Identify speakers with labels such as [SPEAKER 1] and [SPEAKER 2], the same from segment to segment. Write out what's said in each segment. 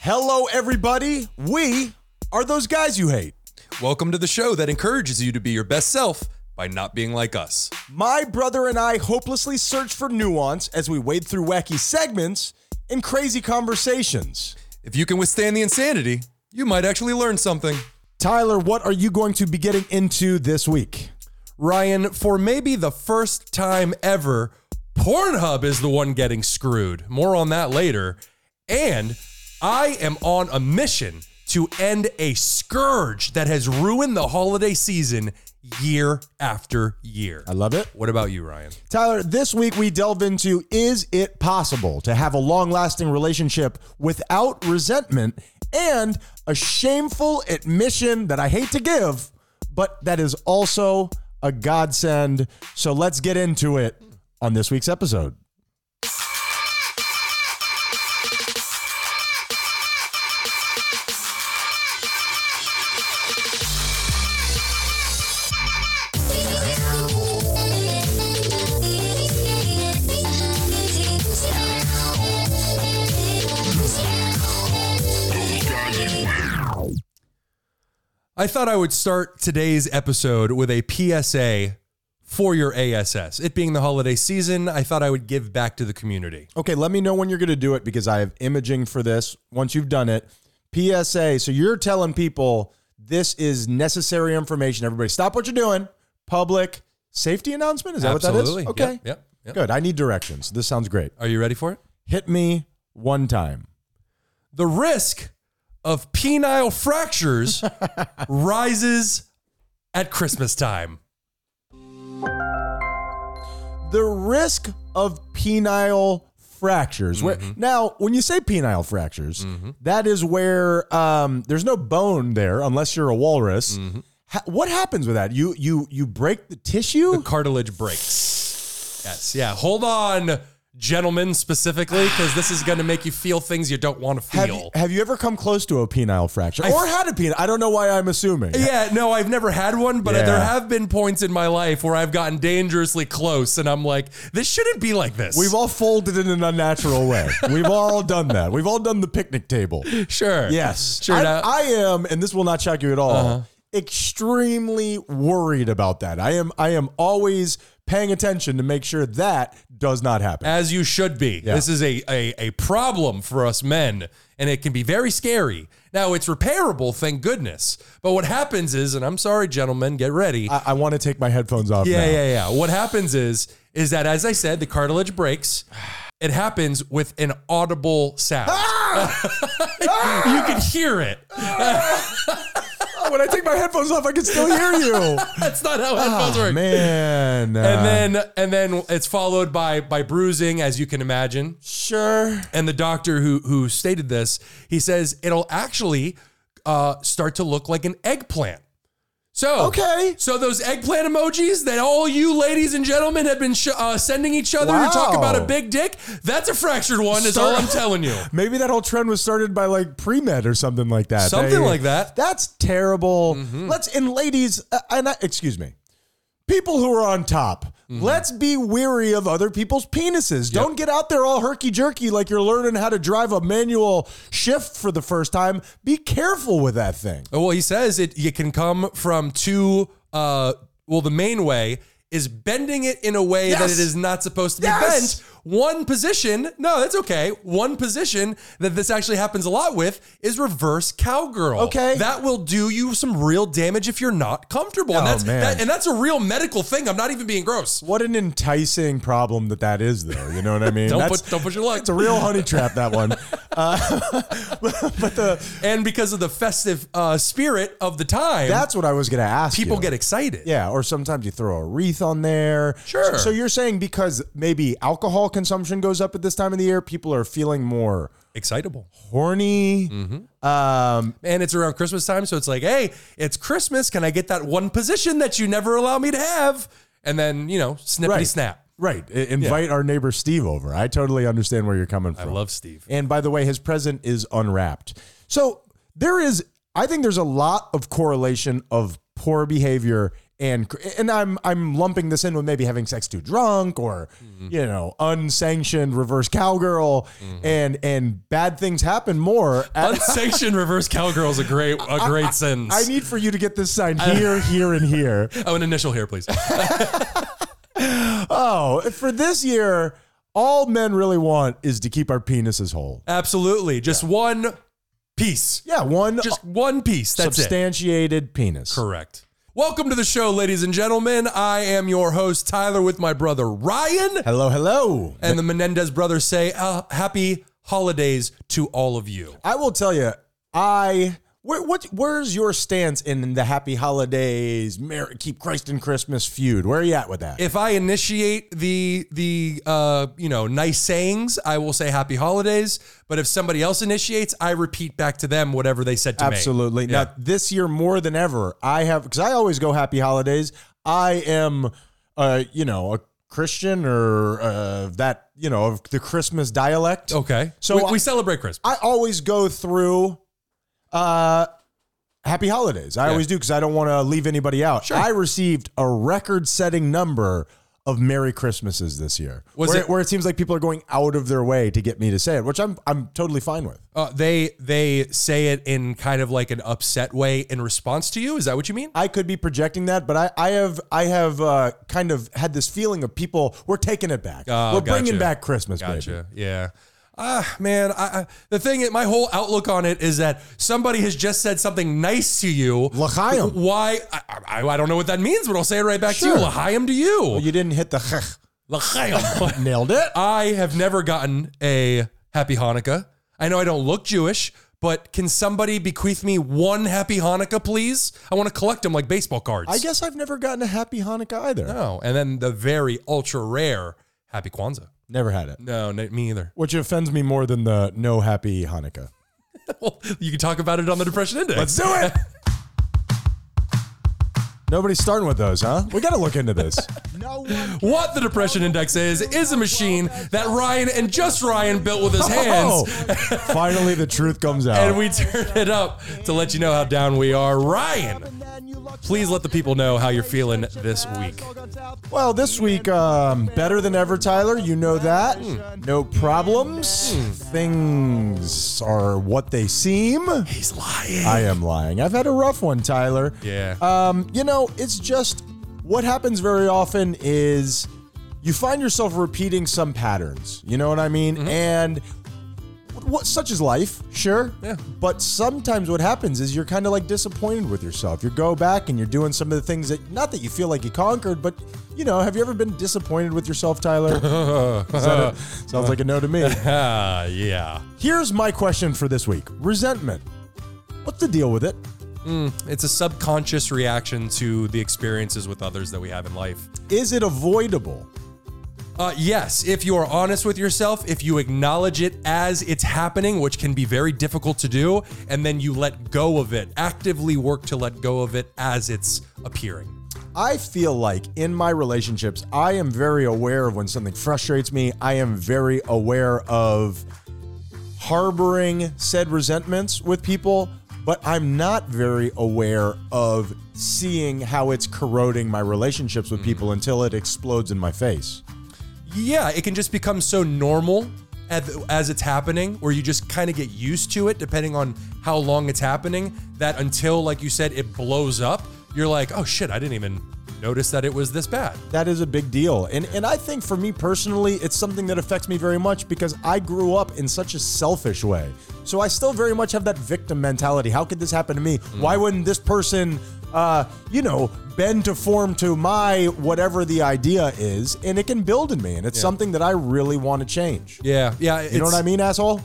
[SPEAKER 1] Hello, everybody. We are those guys you hate.
[SPEAKER 2] Welcome to the show that encourages you to be your best self by not being like us.
[SPEAKER 1] My brother and I hopelessly search for nuance as we wade through wacky segments and crazy conversations.
[SPEAKER 2] If you can withstand the insanity, you might actually learn something.
[SPEAKER 1] Tyler, what are you going to be getting into this week?
[SPEAKER 2] Ryan, for maybe the first time ever, Pornhub is the one getting screwed. More on that later. And I am on a mission to end a scourge that has ruined the holiday season year after year.
[SPEAKER 1] I love it.
[SPEAKER 2] What about you, Ryan?
[SPEAKER 1] Tyler, this week we delve into is it possible to have a long lasting relationship without resentment and a shameful admission that I hate to give, but that is also a godsend. So let's get into it on this week's episode.
[SPEAKER 2] I thought I would start today's episode with a PSA for your ASS. It being the holiday season, I thought I would give back to the community.
[SPEAKER 1] Okay, let me know when you're going to do it because I have imaging for this. Once you've done it, PSA. So you're telling people this is necessary information. Everybody, stop what you're doing. Public safety announcement. Is that
[SPEAKER 2] Absolutely.
[SPEAKER 1] what that is? Okay.
[SPEAKER 2] Yep. yep, yep.
[SPEAKER 1] Good. I need directions. This sounds great.
[SPEAKER 2] Are you ready for it?
[SPEAKER 1] Hit me one time.
[SPEAKER 2] The risk of penile fractures rises at Christmas time.
[SPEAKER 1] The risk of penile fractures. Where, now, when you say penile fractures, that is where um, there's no bone there unless you're a walrus. Ha- what happens with that? You you you break the tissue.
[SPEAKER 2] The cartilage breaks. Yes. Yeah. Hold on, gentlemen, specifically, because this is going to make you feel things you don't want to feel.
[SPEAKER 1] have, you, have you ever come close to a penile fracture or had a penile? I don't know why I'm assuming.
[SPEAKER 2] Yeah, no, I've never had one, but
[SPEAKER 1] Yeah.
[SPEAKER 2] there have been points in my life where I've gotten dangerously close, and I'm like, this shouldn't be like this.
[SPEAKER 1] We've all folded in an unnatural way. We've all done that. We've all done the picnic table.
[SPEAKER 2] sure,
[SPEAKER 1] Yes.
[SPEAKER 2] sure. Uh-huh.
[SPEAKER 1] I,
[SPEAKER 2] now-
[SPEAKER 1] I am, and this will not shock you at all, extremely worried about that. I am I am always paying attention to make sure that does not happen.
[SPEAKER 2] as you should be.
[SPEAKER 1] Yeah.
[SPEAKER 2] This is a, a a problem for us men, and it can be very scary. Now it's repairable, thank goodness. But what happens is, and I'm sorry, gentlemen, get ready.
[SPEAKER 1] I, I want to take my headphones off.
[SPEAKER 2] Yeah,
[SPEAKER 1] now.
[SPEAKER 2] yeah, yeah. What happens is is that as I said, the cartilage breaks. It happens with an audible sound.
[SPEAKER 1] Ah!
[SPEAKER 2] you can hear it.
[SPEAKER 1] Oh, when I take my headphones off, I can still hear you.
[SPEAKER 2] That's not how headphones
[SPEAKER 1] oh,
[SPEAKER 2] work.
[SPEAKER 1] man. uh,
[SPEAKER 2] And then and then it's followed by by bruising, as you can imagine.
[SPEAKER 1] sure.
[SPEAKER 2] And the doctor who who stated this, he says it'll actually uh, start to look like an eggplant. So
[SPEAKER 1] Okay.
[SPEAKER 2] so those eggplant emojis that all you ladies and gentlemen have been sh- uh, sending each other to talk
[SPEAKER 1] Wow.
[SPEAKER 2] about a big dick, that's a fractured one. Is all
[SPEAKER 1] Start-
[SPEAKER 2] I'm telling you.
[SPEAKER 1] Maybe that whole trend was started by like pre med or something like that.
[SPEAKER 2] Something
[SPEAKER 1] They-
[SPEAKER 2] like that. Mm-hmm.
[SPEAKER 1] That's terrible. Let's and ladies, uh, and I, excuse me, people who are on top.
[SPEAKER 2] Mm-hmm.
[SPEAKER 1] Let's be weary of other people's penises. Don't get out there all herky jerky like you're learning how to drive a manual shift for the first time. Be careful with that thing.
[SPEAKER 2] Uh, Well, he says it. You can come from two. Uh, well, the main way is bending it in a way that
[SPEAKER 1] Yes.
[SPEAKER 2] it is not supposed to be
[SPEAKER 1] Yes.
[SPEAKER 2] bent. One position. No, that's okay. One position that this actually happens a lot with is reverse cowgirl.
[SPEAKER 1] Okay.
[SPEAKER 2] that will do you some real damage if you're not comfortable.
[SPEAKER 1] Oh,
[SPEAKER 2] and that's
[SPEAKER 1] man.
[SPEAKER 2] That, and that's a real medical thing. I'm not even being gross.
[SPEAKER 1] What an enticing problem that that is, though. You know what I mean?
[SPEAKER 2] Don't
[SPEAKER 1] That's-
[SPEAKER 2] put don't put your luck.
[SPEAKER 1] it's a real honey trap. That one.
[SPEAKER 2] and because of the festive uh, spirit of the time,
[SPEAKER 1] That's what I was gonna ask.
[SPEAKER 2] people
[SPEAKER 1] you.
[SPEAKER 2] get excited.
[SPEAKER 1] Yeah, or sometimes you throw a wreath on there.
[SPEAKER 2] Sure.
[SPEAKER 1] So, so you're saying because maybe alcohol consumption goes up at this time of the year, people are feeling more
[SPEAKER 2] Excitable.
[SPEAKER 1] horny.
[SPEAKER 2] Mm-hmm.
[SPEAKER 1] Um,
[SPEAKER 2] and it's around Christmas time, so it's like, hey, it's Christmas. Can I get that one position that you never allow me to have? And then you know, snippity
[SPEAKER 1] Right.
[SPEAKER 2] snap.
[SPEAKER 1] right. I- invite our neighbor Steve over. I totally understand where you're coming
[SPEAKER 2] I
[SPEAKER 1] from.
[SPEAKER 2] love Steve.
[SPEAKER 1] and by the way, his present is unwrapped. So there is, I think there's a lot of correlation of poor behavior and and I'm I'm lumping this in with maybe having sex too drunk or
[SPEAKER 2] Mm-hmm.
[SPEAKER 1] you know unsanctioned reverse cowgirl and and bad things happen more. At,
[SPEAKER 2] Unsanctioned reverse cowgirl is a great a great sentence.
[SPEAKER 1] I need for you to get this signed here, here, and here.
[SPEAKER 2] oh, an initial here, please.
[SPEAKER 1] Oh, for this year, all men really want is to keep our penises whole.
[SPEAKER 2] Absolutely, just one piece.
[SPEAKER 1] Yeah, one
[SPEAKER 2] Just one piece. That's it.
[SPEAKER 1] substantiated penis.
[SPEAKER 2] Correct. Welcome to the show, ladies and gentlemen. I am your host, Tyler, with my brother Ryan.
[SPEAKER 1] Hello, hello.
[SPEAKER 2] And the Menendez brothers say, uh, Happy holidays to all of you.
[SPEAKER 1] I will tell you, I where, what where's your stance in the Happy Holidays, Merry, Keep Christ and Christmas feud? Where are you at with that?
[SPEAKER 2] If I initiate the the uh, you know nice sayings, I will say happy holidays. But if somebody else initiates, I repeat back to them whatever they said to
[SPEAKER 1] Absolutely.
[SPEAKER 2] me.
[SPEAKER 1] Now this year more than ever, I have because I always go Happy Holidays. I am, uh, you know, a Christian or uh, that you know of the Christmas dialect.
[SPEAKER 2] Okay.
[SPEAKER 1] So
[SPEAKER 2] So we,
[SPEAKER 1] I-
[SPEAKER 2] we celebrate Christmas.
[SPEAKER 1] I always go through uh happy holidays. I always do because I don't want to leave anybody out. I received a record setting number of Merry Christmases this year.
[SPEAKER 2] Was
[SPEAKER 1] where,
[SPEAKER 2] it-
[SPEAKER 1] where it seems like people are going out of their way to get me to say it, which I'm I'm totally fine with.
[SPEAKER 2] Uh, they they say it in kind of like an upset way in response to you. Is that what you mean?
[SPEAKER 1] I could be projecting that, but I, I have I have uh, kind of had this feeling of people we're taking it back.
[SPEAKER 2] Oh,
[SPEAKER 1] we're bringing
[SPEAKER 2] gotcha.
[SPEAKER 1] back Christmas, baby.
[SPEAKER 2] Gotcha. Yeah. Ah, man. I, I, the thing, my whole outlook on it is that somebody has just said something nice to you.
[SPEAKER 1] L'chaim.
[SPEAKER 2] Why? I, I, I don't know what that means, but I'll say it right back
[SPEAKER 1] Sure.
[SPEAKER 2] to you. L'chaim to you.
[SPEAKER 1] You didn't hit the
[SPEAKER 2] L'chaim.
[SPEAKER 1] nailed it.
[SPEAKER 2] I have never gotten a happy Hanukkah. I know I don't look Jewish, but can somebody bequeath me one happy Hanukkah, please? I want to collect them like baseball cards.
[SPEAKER 1] I guess I've never gotten a happy Hanukkah either.
[SPEAKER 2] No. And then the very ultra rare happy Kwanzaa.
[SPEAKER 1] Never had it.
[SPEAKER 2] No, n- me either.
[SPEAKER 1] Which offends me more than the no happy Hanukkah.
[SPEAKER 2] Well, you can talk about it on the Depression Index.
[SPEAKER 1] Let's do it. Nobody's starting with those, huh? We got to look into this. no one.
[SPEAKER 2] What the Depression Index is, is a machine that Ryan and just Ryan built with his hands.
[SPEAKER 1] Oh. finally, the truth comes out.
[SPEAKER 2] And we turn it up to let you know how down we are. Ryan, please let the people know how you're feeling this week.
[SPEAKER 1] well, this week, um, better than ever, Tyler. You know that.
[SPEAKER 2] Hmm.
[SPEAKER 1] No problems. Things are what they seem.
[SPEAKER 2] He's lying.
[SPEAKER 1] I am lying. I've had a rough one, Tyler.
[SPEAKER 2] Yeah.
[SPEAKER 1] Um, you know, it's just what happens very often is you find yourself repeating some patterns. You know what I mean? And what, what such is life, sure.
[SPEAKER 2] Yeah.
[SPEAKER 1] But sometimes what happens is you're kind of like disappointed with yourself. You go back and you're doing some of the things that not that you feel like you conquered, but you know, have you ever been disappointed with yourself, Tyler? Is that a- sounds like a no to me.
[SPEAKER 2] Ah, yeah.
[SPEAKER 1] Here's my question for this week: resentment. What's the deal with it?
[SPEAKER 2] It's a subconscious reaction to the experiences with others that we have in life.
[SPEAKER 1] Is it avoidable?
[SPEAKER 2] Uh, yes, if you are honest with yourself, if you acknowledge it as it's happening, which can be very difficult to do, and then you let go of it, actively work to let go of it as it's appearing.
[SPEAKER 1] I feel like in my relationships, I am very aware of when something frustrates me. I am very aware of harboring said resentments with people, but I'm not very aware of seeing how it's corroding my relationships with people until it explodes in my face.
[SPEAKER 2] Yeah, it can just become so normal at, as it's happening, where you just kind of get used to it, depending on how long it's happening, that until, like you said, it blows up, you're like, oh shit, I didn't even notice that it was this bad.
[SPEAKER 1] That is a big deal. And and I think for me personally, it's something that affects me very much because I grew up in such a selfish way. So I still very much have that victim mentality. How could this happen to me? Why wouldn't this person uh, you know, bend to form to my whatever the idea is, and it can build in me, and it's something that I really want to change.
[SPEAKER 2] Yeah, yeah.
[SPEAKER 1] You know what I mean, asshole?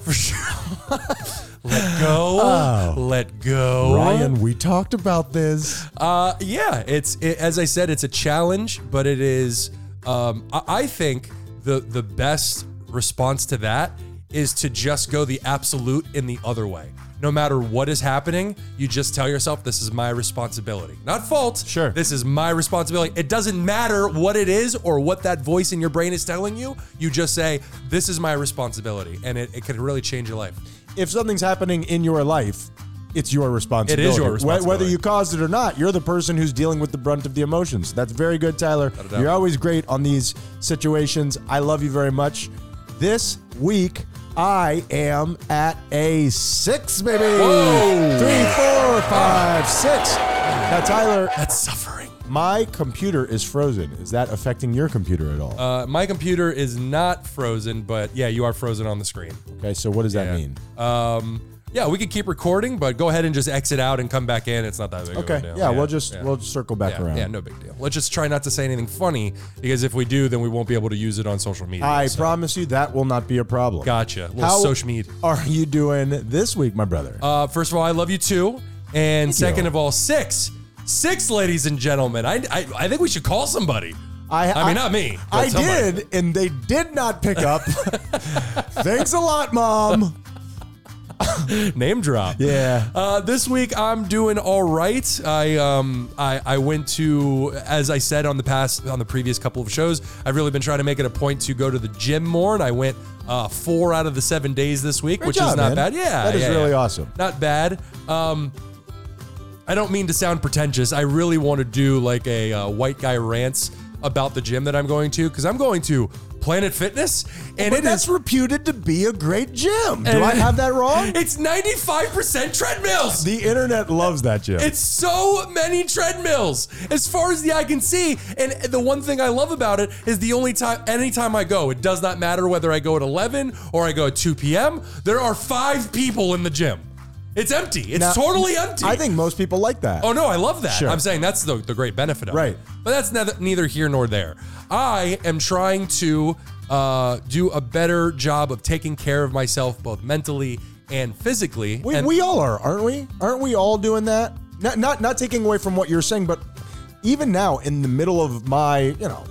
[SPEAKER 2] Let go. Let go.
[SPEAKER 1] Oh. Ryan, we talked about this.
[SPEAKER 2] Uh, yeah, it's it, as I said, it's a challenge, but it is. Um, I, I think the the best response to that is to just go the absolute in the other way. No matter what is happening, you just tell yourself this is my responsibility, not fault.
[SPEAKER 1] Sure.
[SPEAKER 2] this is my responsibility. It doesn't matter what it is or what that voice in your brain is telling you. You just say this is my responsibility, and it, it can really change your life.
[SPEAKER 1] if something's happening in your life, it's your responsibility.
[SPEAKER 2] It is your
[SPEAKER 1] Wh- Whether
[SPEAKER 2] responsibility.
[SPEAKER 1] you caused it or not, you're the person who's dealing with the brunt of the emotions. That's very good, Tyler.
[SPEAKER 2] doubt.
[SPEAKER 1] You're always great on these situations. I love you very much. This week, I am at a six, baby.
[SPEAKER 2] Whoa.
[SPEAKER 1] Three, four, five, six. Now, Tyler,
[SPEAKER 2] That's suffering.
[SPEAKER 1] my computer is frozen. Is that affecting your computer at all?
[SPEAKER 2] Uh, my computer is not frozen, but yeah, you are frozen on the screen.
[SPEAKER 1] okay, so what does that mean?
[SPEAKER 2] Um, yeah, we could keep recording, but go ahead and just exit out and come back in. It's not that big.
[SPEAKER 1] Okay,
[SPEAKER 2] of a
[SPEAKER 1] yeah,
[SPEAKER 2] deal.
[SPEAKER 1] we'll just
[SPEAKER 2] yeah.
[SPEAKER 1] we'll just circle back
[SPEAKER 2] yeah,
[SPEAKER 1] around.
[SPEAKER 2] yeah, no big deal. Let's just try not to say anything funny because if we do, then we won't be able to use it on social media.
[SPEAKER 1] I
[SPEAKER 2] so-
[SPEAKER 1] promise you that will not be a problem.
[SPEAKER 2] Gotcha. Little
[SPEAKER 1] How-
[SPEAKER 2] social media.
[SPEAKER 1] Are you doing this week, my brother?
[SPEAKER 2] Uh, first of all, I love you too. And second
[SPEAKER 1] you.
[SPEAKER 2] of all, six. Six, ladies and gentlemen. I, I, I think we should call somebody. I mean, not me, but
[SPEAKER 1] I
[SPEAKER 2] somebody.
[SPEAKER 1] did, and they did not pick up. Thanks a lot, mom.
[SPEAKER 2] Name drop.
[SPEAKER 1] Yeah.
[SPEAKER 2] Uh, this week I'm doing all right. I um I, I went to as I said on the past on the previous couple of shows. I've really been trying to make it a point to go to the gym more, and I went uh, four out of the seven days this week, which
[SPEAKER 1] job,
[SPEAKER 2] is not
[SPEAKER 1] man.
[SPEAKER 2] bad. Yeah,
[SPEAKER 1] That is
[SPEAKER 2] yeah,
[SPEAKER 1] really
[SPEAKER 2] yeah.
[SPEAKER 1] awesome.
[SPEAKER 2] Not bad. Um, I don't mean to sound pretentious. I really want to do like a uh, white guy rants about the gym that I'm going to because I'm going to Planet Fitness, and
[SPEAKER 1] But
[SPEAKER 2] it
[SPEAKER 1] that's
[SPEAKER 2] is
[SPEAKER 1] reputed to be a great gym. Do
[SPEAKER 2] And-
[SPEAKER 1] I have that wrong?
[SPEAKER 2] it's 95% treadmills.
[SPEAKER 1] The internet loves that gym.
[SPEAKER 2] It's so many treadmills as far as the eye can see. And the one thing I love about it is the only time, anytime I go, it does not matter whether I go at 11 or I go at 2 p.m., there are five people in the gym. It's empty. It's
[SPEAKER 1] Now,
[SPEAKER 2] totally empty.
[SPEAKER 1] I think most people like that.
[SPEAKER 2] Oh no, I love that.
[SPEAKER 1] Sure.
[SPEAKER 2] I'm saying that's the, the great benefit of
[SPEAKER 1] Right.
[SPEAKER 2] it. But that's neither, neither here nor there. I am trying to uh, do a better job of taking care of myself both mentally and physically.
[SPEAKER 1] We,
[SPEAKER 2] and
[SPEAKER 1] we all are, aren't we? Aren't we all doing that? Not, not not taking away from what you're saying, but even now, in the middle of my, you know,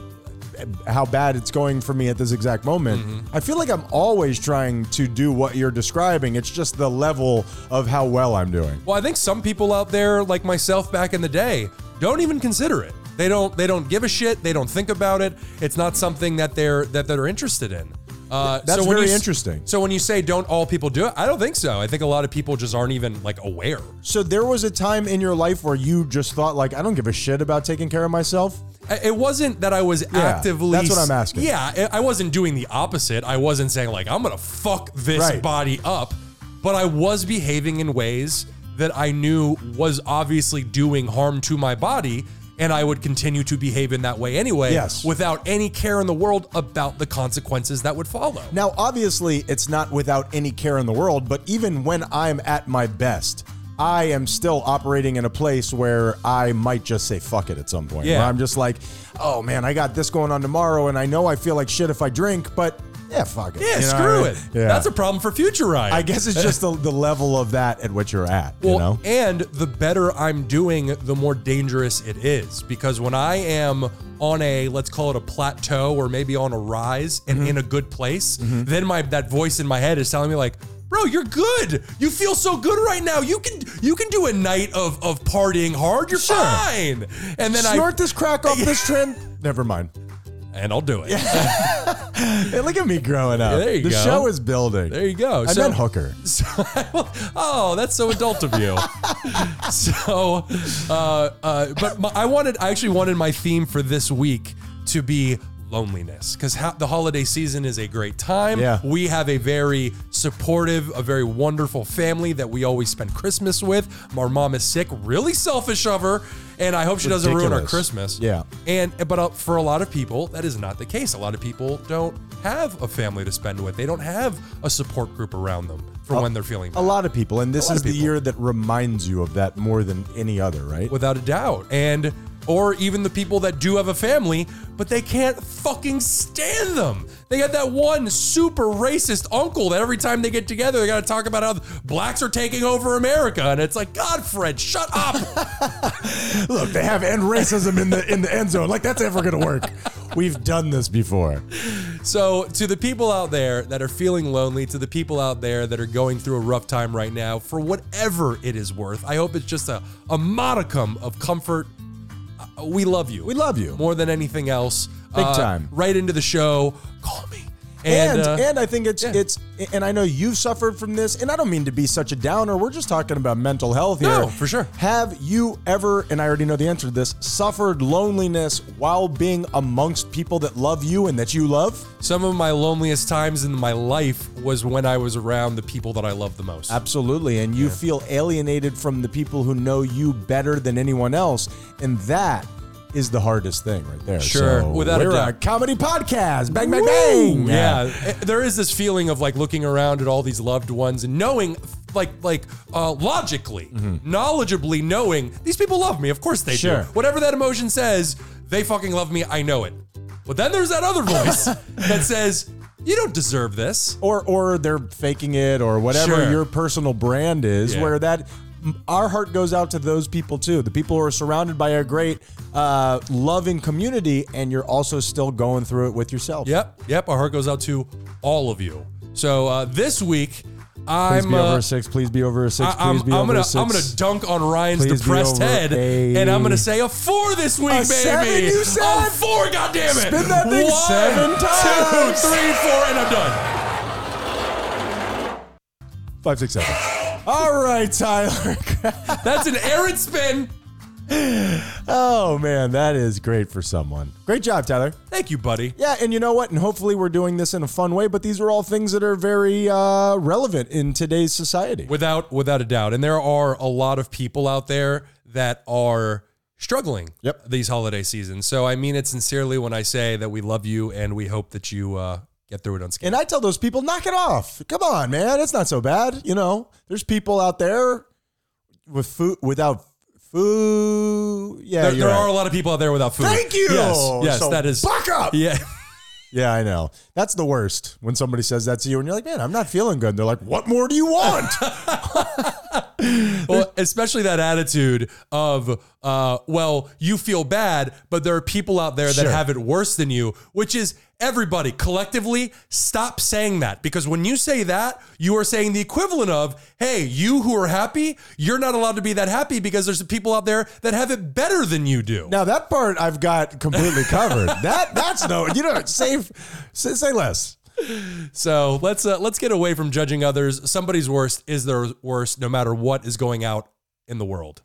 [SPEAKER 1] how bad it's going for me at this exact moment, I feel like I'm always trying to do what you're describing. It's just the level of how well I'm doing.
[SPEAKER 2] Well, I think some people out there, like myself back in the day, don't even consider it. They don't. They don't give a shit. They don't think about it. It's not something that they're that they're interested in. Uh,
[SPEAKER 1] That's
[SPEAKER 2] when
[SPEAKER 1] very
[SPEAKER 2] you s-
[SPEAKER 1] interesting.
[SPEAKER 2] So when you say don't all people do it, I don't think so. I think a lot of people just aren't even like aware.
[SPEAKER 1] So there was a time in your life where you just thought like, I don't give a shit about taking care of myself.
[SPEAKER 2] I- It wasn't that I was actively.
[SPEAKER 1] that's what I'm asking.
[SPEAKER 2] Yeah, I I wasn't doing the opposite. I wasn't saying like I'm gonna fuck this
[SPEAKER 1] Right.
[SPEAKER 2] body up, but I was behaving in ways that I knew was obviously doing harm to my body, and I would continue to behave in that way anyway,
[SPEAKER 1] Yes.
[SPEAKER 2] without any care in the world about the consequences that would follow.
[SPEAKER 1] Now, obviously, it's not without any care in the world, but even when I'm at my best, I am still operating in a place where I might just say fuck it at some point.
[SPEAKER 2] Yeah.
[SPEAKER 1] Where I'm just like, oh man, I got this going on tomorrow, and I know I feel like shit if I drink, but yeah, fuck it.
[SPEAKER 2] Yeah,
[SPEAKER 1] You know
[SPEAKER 2] screw
[SPEAKER 1] what I
[SPEAKER 2] it.
[SPEAKER 1] mean? Yeah.
[SPEAKER 2] That's a problem for future Ryan.
[SPEAKER 1] I guess it's just the, the level of that at which you're at. you know.
[SPEAKER 2] And the better I'm doing, the more dangerous it is. Because when I am on a let's call it a plateau or maybe on a rise and
[SPEAKER 1] Mm-hmm.
[SPEAKER 2] in a good place, then my that voice in my head is telling me like, bro, you're good. You feel so good right now. You can you can do a night of of partying hard. You're fine. And then
[SPEAKER 1] Snort this crack off this trend. Never mind.
[SPEAKER 2] I and I'll do it.
[SPEAKER 1] Hey, look at me growing up.
[SPEAKER 2] There you
[SPEAKER 1] the
[SPEAKER 2] go.
[SPEAKER 1] show is building.
[SPEAKER 2] There you go.
[SPEAKER 1] I meant hooker.
[SPEAKER 2] So, oh, that's so adult of you. so, uh, uh, but my, I wanted, I actually wanted my theme for this week to be loneliness because ha- the holiday season is a great time.
[SPEAKER 1] Yeah.
[SPEAKER 2] We have a very supportive, a very wonderful family that we always spend Christmas with. Our mom is sick, really selfish of her, and I hope she doesn't ruin our
[SPEAKER 1] Ridiculous.
[SPEAKER 2] Christmas.
[SPEAKER 1] Yeah.
[SPEAKER 2] And but uh, for a lot of people, that is not the case. A lot of people don't have a family to spend with. They don't have a support group around them for when they're feeling
[SPEAKER 1] A
[SPEAKER 2] bad,
[SPEAKER 1] lot of people, and this
[SPEAKER 2] lot
[SPEAKER 1] is
[SPEAKER 2] of
[SPEAKER 1] the
[SPEAKER 2] people.
[SPEAKER 1] year that reminds you of that more than any other, right?
[SPEAKER 2] without a doubt. And or even the people that do have a family, but they can't fucking stand them. They got that one super racist uncle that every time they get together, they got to talk about how blacks are taking over America, and it's like, God, Fred, shut up.
[SPEAKER 1] Look, they have end racism in the in the end zone. Like that's ever gonna work. We've done this before.
[SPEAKER 2] So, to the people out there that are feeling lonely, to the people out there that are going through a rough time right now, for whatever it is worth, I hope it's just a, a modicum of comfort. Uh, We love you.
[SPEAKER 1] We love you.
[SPEAKER 2] More than anything else. Uh,
[SPEAKER 1] Big time.
[SPEAKER 2] Right into the show. Call me.
[SPEAKER 1] And
[SPEAKER 2] And, uh,
[SPEAKER 1] and I think it's it's and I know you've suffered from this, and I don't mean to be such a downer. We're just talking about mental health here.
[SPEAKER 2] No, for sure.
[SPEAKER 1] Have you ever, and I already know the answer to this, suffered loneliness while being amongst people that love you and that you love?
[SPEAKER 2] some of my loneliest times in my life was when I was around the people that I love the most.
[SPEAKER 1] Absolutely. And you feel alienated from the people who know you better than anyone else. And that is the hardest thing right there.
[SPEAKER 2] Sure,
[SPEAKER 1] So
[SPEAKER 2] without a
[SPEAKER 1] we're
[SPEAKER 2] doubt.
[SPEAKER 1] comedy podcast. Bang, bang, bang.
[SPEAKER 2] Yeah. Eh, there is this feeling of like looking around at all these loved ones and knowing, like, like uh, logically, knowledgeably knowing these people love me. Of course they
[SPEAKER 1] Mm-hmm. Sure.
[SPEAKER 2] do. Whatever that emotion says, they fucking love me. I know it. But then there's that other voice that says, "You don't deserve this."
[SPEAKER 1] or or they're faking it or whatever
[SPEAKER 2] Sure.
[SPEAKER 1] your personal brand is
[SPEAKER 2] Yeah.
[SPEAKER 1] where that our heart goes out to those people too the people who are surrounded by a great uh, loving community and you're also still going through it with yourself
[SPEAKER 2] Yep, yep. Our heart goes out to all of you. So uh, this week,
[SPEAKER 1] please
[SPEAKER 2] I'm
[SPEAKER 1] be over a
[SPEAKER 2] uh,
[SPEAKER 1] six please be over a six
[SPEAKER 2] I- I'm,
[SPEAKER 1] please be
[SPEAKER 2] I'm
[SPEAKER 1] over
[SPEAKER 2] gonna
[SPEAKER 1] a 6
[SPEAKER 2] I'm gonna dunk on Ryan's
[SPEAKER 1] Please be
[SPEAKER 2] depressed
[SPEAKER 1] over
[SPEAKER 2] head,
[SPEAKER 1] a-
[SPEAKER 2] and I'm gonna say a four this week,
[SPEAKER 1] A
[SPEAKER 2] baby.
[SPEAKER 1] seven, you said?
[SPEAKER 2] A four, goddammit!
[SPEAKER 1] Spin that thing
[SPEAKER 2] One,
[SPEAKER 1] seven
[SPEAKER 2] two,
[SPEAKER 1] times.
[SPEAKER 2] three, four, and I'm done.
[SPEAKER 1] five six seven all right tyler
[SPEAKER 2] That's an errant spin.
[SPEAKER 1] oh man that is great for someone great job tyler
[SPEAKER 2] Thank you, buddy.
[SPEAKER 1] Yeah, and you know what? And hopefully we're doing this in a fun way, but these are all things that are very uh, relevant in today's society.
[SPEAKER 2] Without without a doubt, and there are a lot of people out there that are struggling
[SPEAKER 1] Yep.
[SPEAKER 2] these holiday seasons. So I mean it sincerely when I say that we love you and we hope that you uh, get through it unscathed.
[SPEAKER 1] And I tell those people, knock it off. Come on, man. It's not so bad. You know, there's people out there with food without food. Yeah,
[SPEAKER 2] there
[SPEAKER 1] you're
[SPEAKER 2] there
[SPEAKER 1] right.
[SPEAKER 2] are a lot of people out there without food.
[SPEAKER 1] Thank you.
[SPEAKER 2] Yes, yes,
[SPEAKER 1] So
[SPEAKER 2] that is.
[SPEAKER 1] Buck up.
[SPEAKER 2] Yeah.
[SPEAKER 1] Yeah, I know. That's the worst when somebody says that to you, and you're like, man, I'm not feeling good. And they're like, what more do you want?
[SPEAKER 2] Well, especially that attitude of, uh, well, you feel bad, but there are people out there that
[SPEAKER 1] Sure.
[SPEAKER 2] have it worse than you, which is everybody collectively stop saying that. Because when you say that, you are saying the equivalent of, hey, you who are happy, you're not allowed to be that happy because there's people out there that have it better than you do.
[SPEAKER 1] now that part I've got completely covered. that that's no, you know, save say, say less.
[SPEAKER 2] So let's uh, let's get away from judging others. Somebody's worst is their worst, no matter what is going out in the world.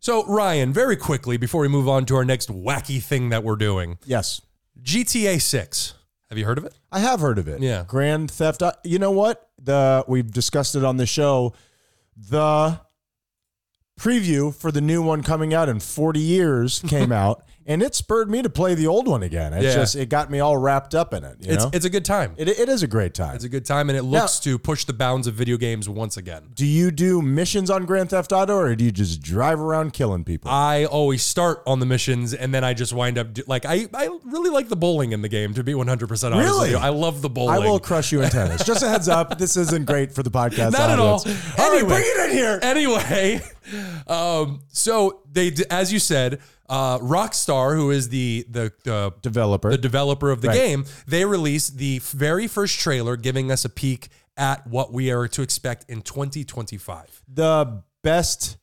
[SPEAKER 2] So Ryan, very quickly before we move on to our next wacky thing that we're doing,
[SPEAKER 1] Yes.
[SPEAKER 2] GTA Six. Have you heard of it?
[SPEAKER 1] I have heard of it.
[SPEAKER 2] Yeah.
[SPEAKER 1] Grand Theft. Au- You know what? The we've discussed it on the show. The preview for the new one coming out in 40 years came out, and it spurred me to play the old one again. It
[SPEAKER 2] Yeah.
[SPEAKER 1] just it got me all wrapped up in it. You
[SPEAKER 2] It's
[SPEAKER 1] know,
[SPEAKER 2] it's a good time.
[SPEAKER 1] it, it is a great time.
[SPEAKER 2] It's a good time, and it looks to push the bounds of video games once again.
[SPEAKER 1] do you do missions on Grand Theft Auto, or do you just drive around killing people?
[SPEAKER 2] I always start on the missions, and then I just wind up do, like I, I really like the bowling in the game. To be one hundred percent honest, with
[SPEAKER 1] Really?
[SPEAKER 2] you. I love the bowling.
[SPEAKER 1] I will crush you in tennis. Just a heads up, this isn't great for the podcast.
[SPEAKER 2] Not at all.
[SPEAKER 1] audience. All right,
[SPEAKER 2] Anyway.
[SPEAKER 1] bring it in here.
[SPEAKER 2] anyway, um, so they, d- as you said, uh, Rockstar, who is the the the,
[SPEAKER 1] Developer.
[SPEAKER 2] the developer of the game, they released the f- very first trailer, giving us a peek at what we are to expect in 2025.
[SPEAKER 1] the best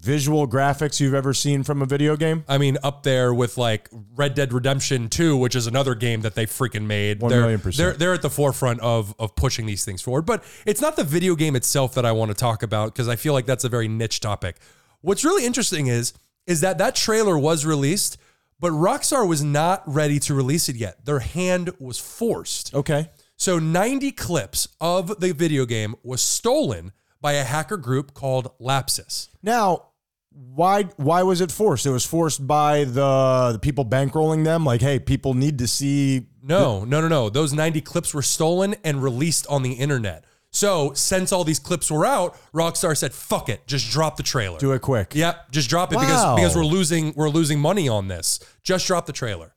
[SPEAKER 1] visual graphics you've ever seen from a video game?
[SPEAKER 2] I mean, up there with like Red Dead Redemption 2, which is another game that they freaking made.
[SPEAKER 1] One
[SPEAKER 2] they're,
[SPEAKER 1] million percent.
[SPEAKER 2] They're, they're at the forefront of, of pushing these things forward. But it's not the video game itself that I want to talk about because I feel like that's a very niche topic. What's really interesting is, is that that trailer was released, but Rockstar was not ready to release it yet. Their hand was forced.
[SPEAKER 1] Okay.
[SPEAKER 2] So 90 clips of the video game was stolen by a hacker group called Lapsus.
[SPEAKER 1] Now, why why was it forced? It was forced by the, the people bankrolling them. Like, hey, people need to see.
[SPEAKER 2] No, no, no, no. Those 90 clips were stolen and released on the internet. So, since all these clips were out, Rockstar said, "Fuck it, just drop the trailer."
[SPEAKER 1] Do it quick.
[SPEAKER 2] Yep, just drop it
[SPEAKER 1] Wow.
[SPEAKER 2] because because we're losing we're losing money on this. Just drop the trailer.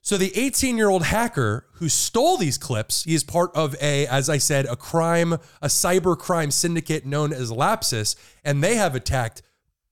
[SPEAKER 2] So the 18-year-old hacker who stole these clips, he is part of a as I said, a crime, a cyber crime syndicate known as Lapsus, and they have attacked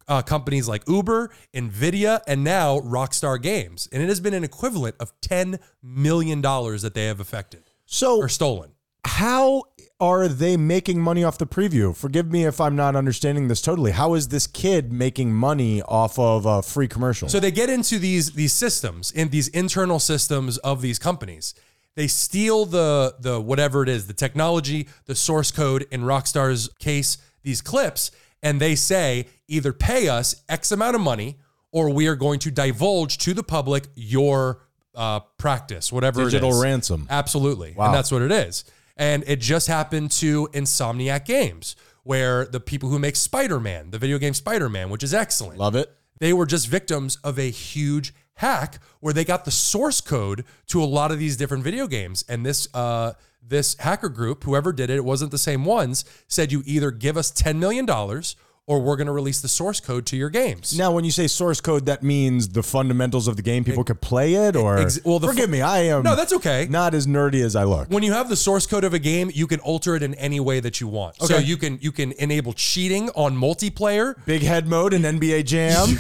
[SPEAKER 2] uh, companies like Uber, Nvidia, and now Rockstar Games, and it has been an equivalent of ten million dollars that they have affected
[SPEAKER 1] So,
[SPEAKER 2] or stolen.
[SPEAKER 1] how are they making money off the preview? Forgive me if I'm not understanding this totally. How is this kid making money off of a free commercial?
[SPEAKER 2] So they get into these these systems and these internal systems of these companies. They steal the the whatever it is, the technology, the source code in Rockstar's case, these clips, and they say either pay us X amount of money or we are going to divulge to the public your uh, practice, whatever it
[SPEAKER 1] Digital
[SPEAKER 2] is.
[SPEAKER 1] ransom.
[SPEAKER 2] Absolutely. And that's what it is. And it just happened to Insomniac Games, where the people who make Spider Man, the video game Spider Man, which is excellent,
[SPEAKER 1] Love it.
[SPEAKER 2] they were just victims of a huge hack where they got the source code to a lot of these different video games. And this uh, this hacker group, whoever did it, it wasn't the same ones, said you either give us ten million dollars or we're going to release the source code to your games.
[SPEAKER 1] Now, when you say source code, that means the fundamentals of the game. People could play it, or
[SPEAKER 2] ex- well, the
[SPEAKER 1] forgive
[SPEAKER 2] fu-
[SPEAKER 1] me, I am
[SPEAKER 2] No, that's okay.
[SPEAKER 1] not as nerdy as I look.
[SPEAKER 2] when you have the source code of a game, you can alter it in any way that you want. So
[SPEAKER 1] Okay.
[SPEAKER 2] you can you can enable cheating on multiplayer.
[SPEAKER 1] Big head mode in NBA Jam.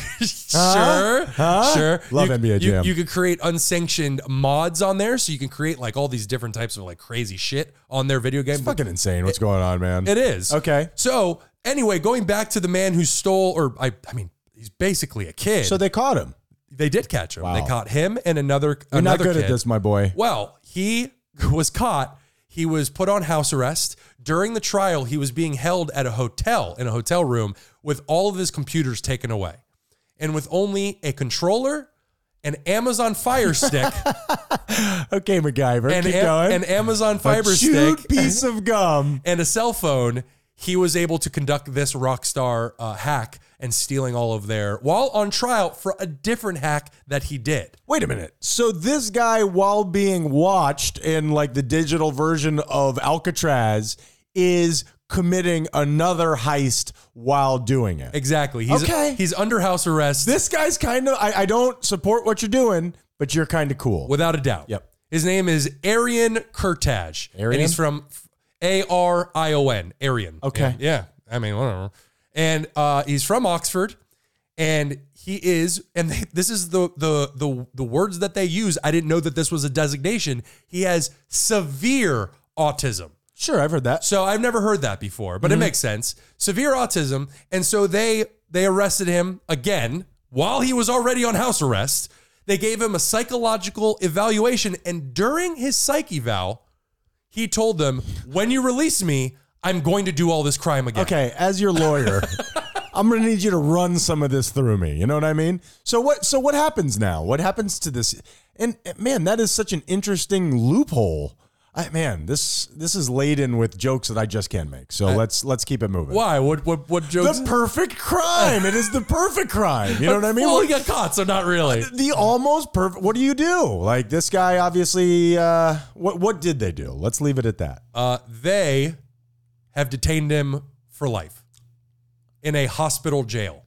[SPEAKER 2] sure, sure.
[SPEAKER 1] Love
[SPEAKER 2] you,
[SPEAKER 1] NBA
[SPEAKER 2] you-
[SPEAKER 1] Jam.
[SPEAKER 2] You, can create unsanctioned mods on there, so you can create like all these different types of like crazy shit on their video game.
[SPEAKER 1] Fucking insane. What's going on, man?
[SPEAKER 2] It is
[SPEAKER 1] Okay.
[SPEAKER 2] So anyway, going back to the man who stole, or I, I mean, he's basically a kid.
[SPEAKER 1] So
[SPEAKER 2] So
[SPEAKER 1] they caught him.
[SPEAKER 2] they did catch him. They
[SPEAKER 1] Wow.
[SPEAKER 2] caught him and another
[SPEAKER 1] You're not
[SPEAKER 2] another
[SPEAKER 1] good
[SPEAKER 2] kid.
[SPEAKER 1] at this, my boy.
[SPEAKER 2] Well, he was caught. He was put on house arrest. During the trial, he was being held at a hotel in a hotel room with all of his computers taken away and with only a controller, an Amazon Fire Stick,
[SPEAKER 1] Okay, MacGyver.
[SPEAKER 2] an,
[SPEAKER 1] keep
[SPEAKER 2] Am-
[SPEAKER 1] going.
[SPEAKER 2] an Amazon
[SPEAKER 1] A
[SPEAKER 2] Fiber
[SPEAKER 1] chewed
[SPEAKER 2] Stick,
[SPEAKER 1] piece of gum.
[SPEAKER 2] and a cell phone. He was able to conduct this Rockstar uh, hack and stealing all of their while on trial for a different hack that he did.
[SPEAKER 1] Wait a minute. So this guy, while being watched in like the digital version of Alcatraz, is committing another heist while doing it.
[SPEAKER 2] Exactly. He's,
[SPEAKER 1] Okay.
[SPEAKER 2] He's under house arrest.
[SPEAKER 1] This guy's kind of. I, I don't support what you're doing, but you're kind of cool.
[SPEAKER 2] without a doubt.
[SPEAKER 1] Yep.
[SPEAKER 2] His name is Arian Kurtaj.
[SPEAKER 1] Arian?
[SPEAKER 2] And he's from A R I O N. Arian.
[SPEAKER 1] Okay.
[SPEAKER 2] Yeah, yeah. I mean, whatever. And uh, he's from Oxford. And he is, and they, this is the, the the the words that they use. I didn't know that this was a designation. He has severe autism.
[SPEAKER 1] Sure, I've heard that.
[SPEAKER 2] So I've never heard that before,
[SPEAKER 1] Mm-hmm.
[SPEAKER 2] but it makes sense. Severe autism, and so they they arrested him again while he was already on house arrest. They gave him a psychological evaluation, and during his psych eval, he told them, "When you release me, I'm going to do all this crime again."
[SPEAKER 1] Okay, as your lawyer, I'm gonna need you to run some of this through me. You know what I mean? So what? So what happens now? What happens to this? And eh, man, that is such an interesting loophole. I, man, this this is laden with jokes that I just can't make. So let's let's keep it moving.
[SPEAKER 2] Why? What? What? What jokes?
[SPEAKER 1] The perfect crime. it is the perfect crime. You know what I mean?
[SPEAKER 2] Well, he got caught, so not really.
[SPEAKER 1] the almost perfect. What do you do? Like this guy, obviously. Uh, what what did they do? Let's leave it at that.
[SPEAKER 2] Uh, they have detained him for life in a hospital jail.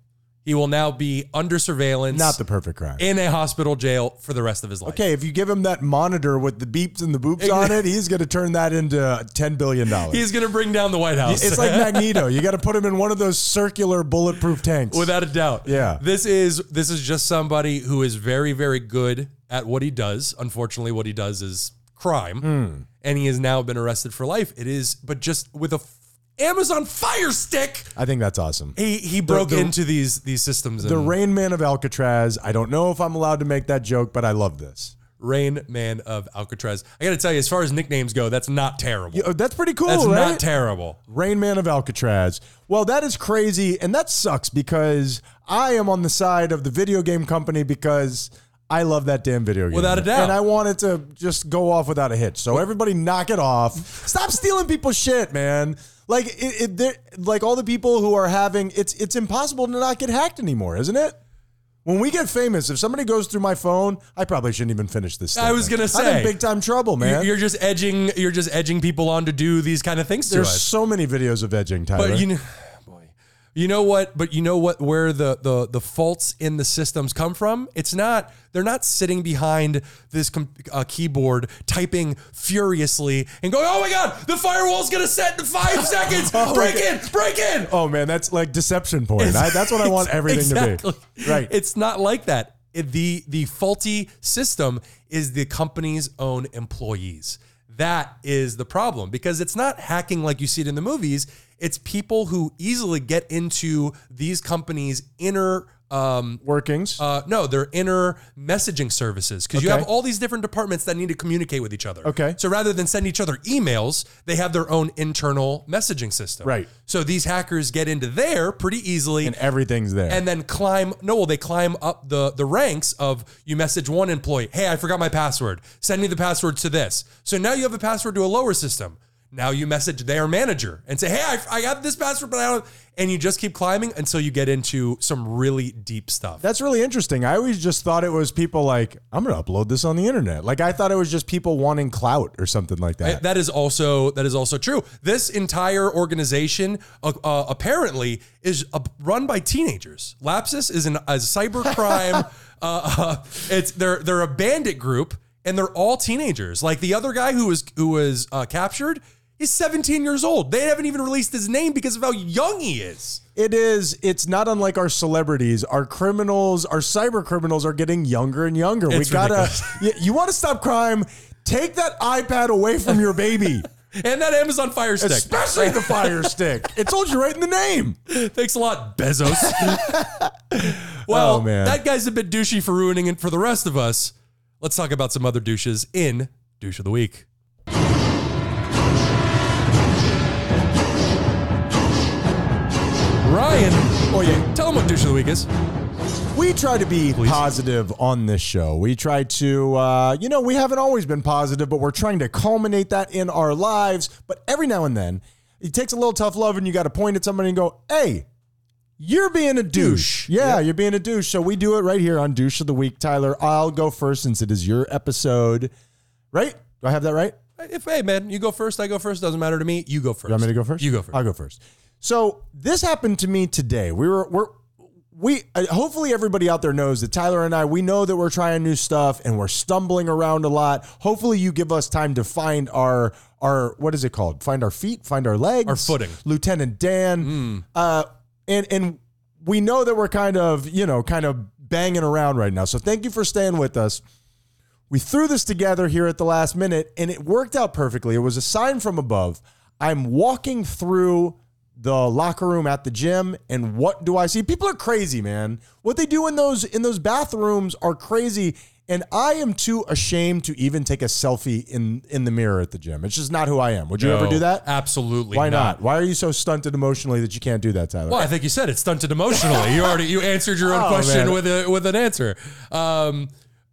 [SPEAKER 2] He will now be under surveillance.
[SPEAKER 1] Not the perfect crime.
[SPEAKER 2] in a hospital jail for the rest of his life.
[SPEAKER 1] Okay, if you give him that monitor with the beeps and the boops on it, he's going to turn that into ten billion dollars.
[SPEAKER 2] He's going to bring down the White House.
[SPEAKER 1] It's like Magneto. You got to put him in one of those circular bulletproof tanks.
[SPEAKER 2] without a doubt.
[SPEAKER 1] Yeah.
[SPEAKER 2] This is this is just somebody who is very very good at what he does. Unfortunately, what he does is crime.
[SPEAKER 1] Hmm.
[SPEAKER 2] And he has now been arrested for life. It is but just with a f- Amazon Fire Stick,
[SPEAKER 1] I think that's awesome.
[SPEAKER 2] he he broke
[SPEAKER 1] the-
[SPEAKER 2] into these these systems
[SPEAKER 1] The
[SPEAKER 2] and
[SPEAKER 1] Rain Man of Alcatraz. I don't know if I'm allowed to make that joke, but I love this.
[SPEAKER 2] Rain Man of Alcatraz. I got to tell you as far as nicknames go, that's not terrible.
[SPEAKER 1] Oh, that's pretty cool,
[SPEAKER 2] that's
[SPEAKER 1] right?
[SPEAKER 2] not terrible.
[SPEAKER 1] Rain Man of Alcatraz. Well, that is crazy, and that sucks because I am on the side of the video game company because I love that damn video game.
[SPEAKER 2] Without a doubt.
[SPEAKER 1] And I want it to just go off without a hitch. So everybody knock it off. Stop stealing people's shit, man. Like it, it there- like all the people who are having it's it's impossible to not get hacked anymore, isn't it? When we get famous, if somebody goes through my phone, I probably shouldn't even finish this.
[SPEAKER 2] I was
[SPEAKER 1] statement.
[SPEAKER 2] gonna
[SPEAKER 1] I'm in
[SPEAKER 2] say.
[SPEAKER 1] big time trouble, man.
[SPEAKER 2] You're just edging you're just edging people on to do these kind of things to
[SPEAKER 1] There's
[SPEAKER 2] us.
[SPEAKER 1] so many videos of edging, Tyler.
[SPEAKER 2] But you know, boy, you know what? But you know what? Where the the the faults in the systems come from? It's not they're not sitting behind this com- uh, keyboard typing furiously and going, "Oh my god, the firewall's gonna set in five seconds!
[SPEAKER 1] Oh my
[SPEAKER 2] break
[SPEAKER 1] God.
[SPEAKER 2] in, break in!"
[SPEAKER 1] Oh man, that's like deception point. I, that's what I want everything to be. Right.
[SPEAKER 2] It's not like that. It- the the faulty system is the company's own employees. That is the problem because it's not hacking like you see it in the movies. It's people who easily get into these companies' inner um,
[SPEAKER 1] Workings.
[SPEAKER 2] uh, no, their inner messaging services because you
[SPEAKER 1] Okay.
[SPEAKER 2] have all these different departments that need to communicate with each other.
[SPEAKER 1] Okay.
[SPEAKER 2] So rather than send each other emails, they have their own internal messaging system.
[SPEAKER 1] Right.
[SPEAKER 2] So these hackers get into there pretty easily
[SPEAKER 1] and everything's there.
[SPEAKER 2] and then climb no well they climb up the the ranks of you message one employee hey i forgot my password send me the password to this so now you have a password to a lower system now you message their manager and say hey i, I got this password but i don't and you just keep climbing until you get into some really deep stuff
[SPEAKER 1] That's really interesting. I always just thought it was people like, I'm going to upload this on the internet. Like, I thought it was just people wanting clout or something like that.
[SPEAKER 2] that is also that is also true this entire organization uh, uh, apparently is uh, run by teenagers lapsus is an, a cybercrime uh, uh, it's they're they're a bandit group and they're all teenagers like the other guy who was who was uh, captured is 17 years old they haven't even released his name because of how young he is
[SPEAKER 1] It is. It's not unlike our celebrities. Our criminals, our cyber criminals, are getting younger and younger.
[SPEAKER 2] It's
[SPEAKER 1] we gotta. You, you want to stop crime? Take that iPad away from your baby,
[SPEAKER 2] and that amazon fire stick
[SPEAKER 1] especially the Fire Stick. It told you right in the name.
[SPEAKER 2] Thanks a lot, Bezos. well,
[SPEAKER 1] Oh, man.
[SPEAKER 2] that guy's a bit douchey for ruining it for the rest of us. Let's talk about some other douches in Douche of the Week. Ryan, oh yeah, tell him what douche of the week is.
[SPEAKER 1] We try to be positive on this show. We try to, uh, you know, we haven't always been positive, but we're trying to culminate that in our lives. But every now and then, it takes a little tough love, and you got to point at somebody and go, "Hey, you're being a douche."
[SPEAKER 2] Douche.
[SPEAKER 1] Yeah, you're being a douche. So we do it right here on Douche of the Week. Tyler, I'll go first since it is your episode, right? Do I have that right?
[SPEAKER 2] If hey man, you go first, I go first. Doesn't matter to me. You go first.
[SPEAKER 1] You want me to go first?
[SPEAKER 2] You go first.
[SPEAKER 1] I'll go first. So this happened to me today. We were we're we uh, hopefully everybody out there knows that Tyler and I we know that we're trying new stuff and we're stumbling around a lot. Hopefully you give us time to find our our what is it called? Find our feet, find our legs,
[SPEAKER 2] Our footing. Hmm.
[SPEAKER 1] Lieutenant Dan. Uh, and and we know that we're kind of you know kind of banging around right now. So thank you for staying with us we threw this together here at the last minute and it worked out perfectly. It was a sign from above. I'm walking through the locker room at the gym and what do I see? People are crazy, man. What they do in those in those bathrooms are crazy and I am too ashamed to even take a selfie in in the mirror at the gym. It's just not who I am. Would you ever
[SPEAKER 2] No,
[SPEAKER 1] do that?
[SPEAKER 2] Absolutely.
[SPEAKER 1] Why not? Why are you so stunted emotionally that you can't do that, Tyler?
[SPEAKER 2] Well, I think you said it stunted emotionally. You already you answered your own
[SPEAKER 1] Oh,
[SPEAKER 2] question
[SPEAKER 1] man.
[SPEAKER 2] with a with an answer. Um,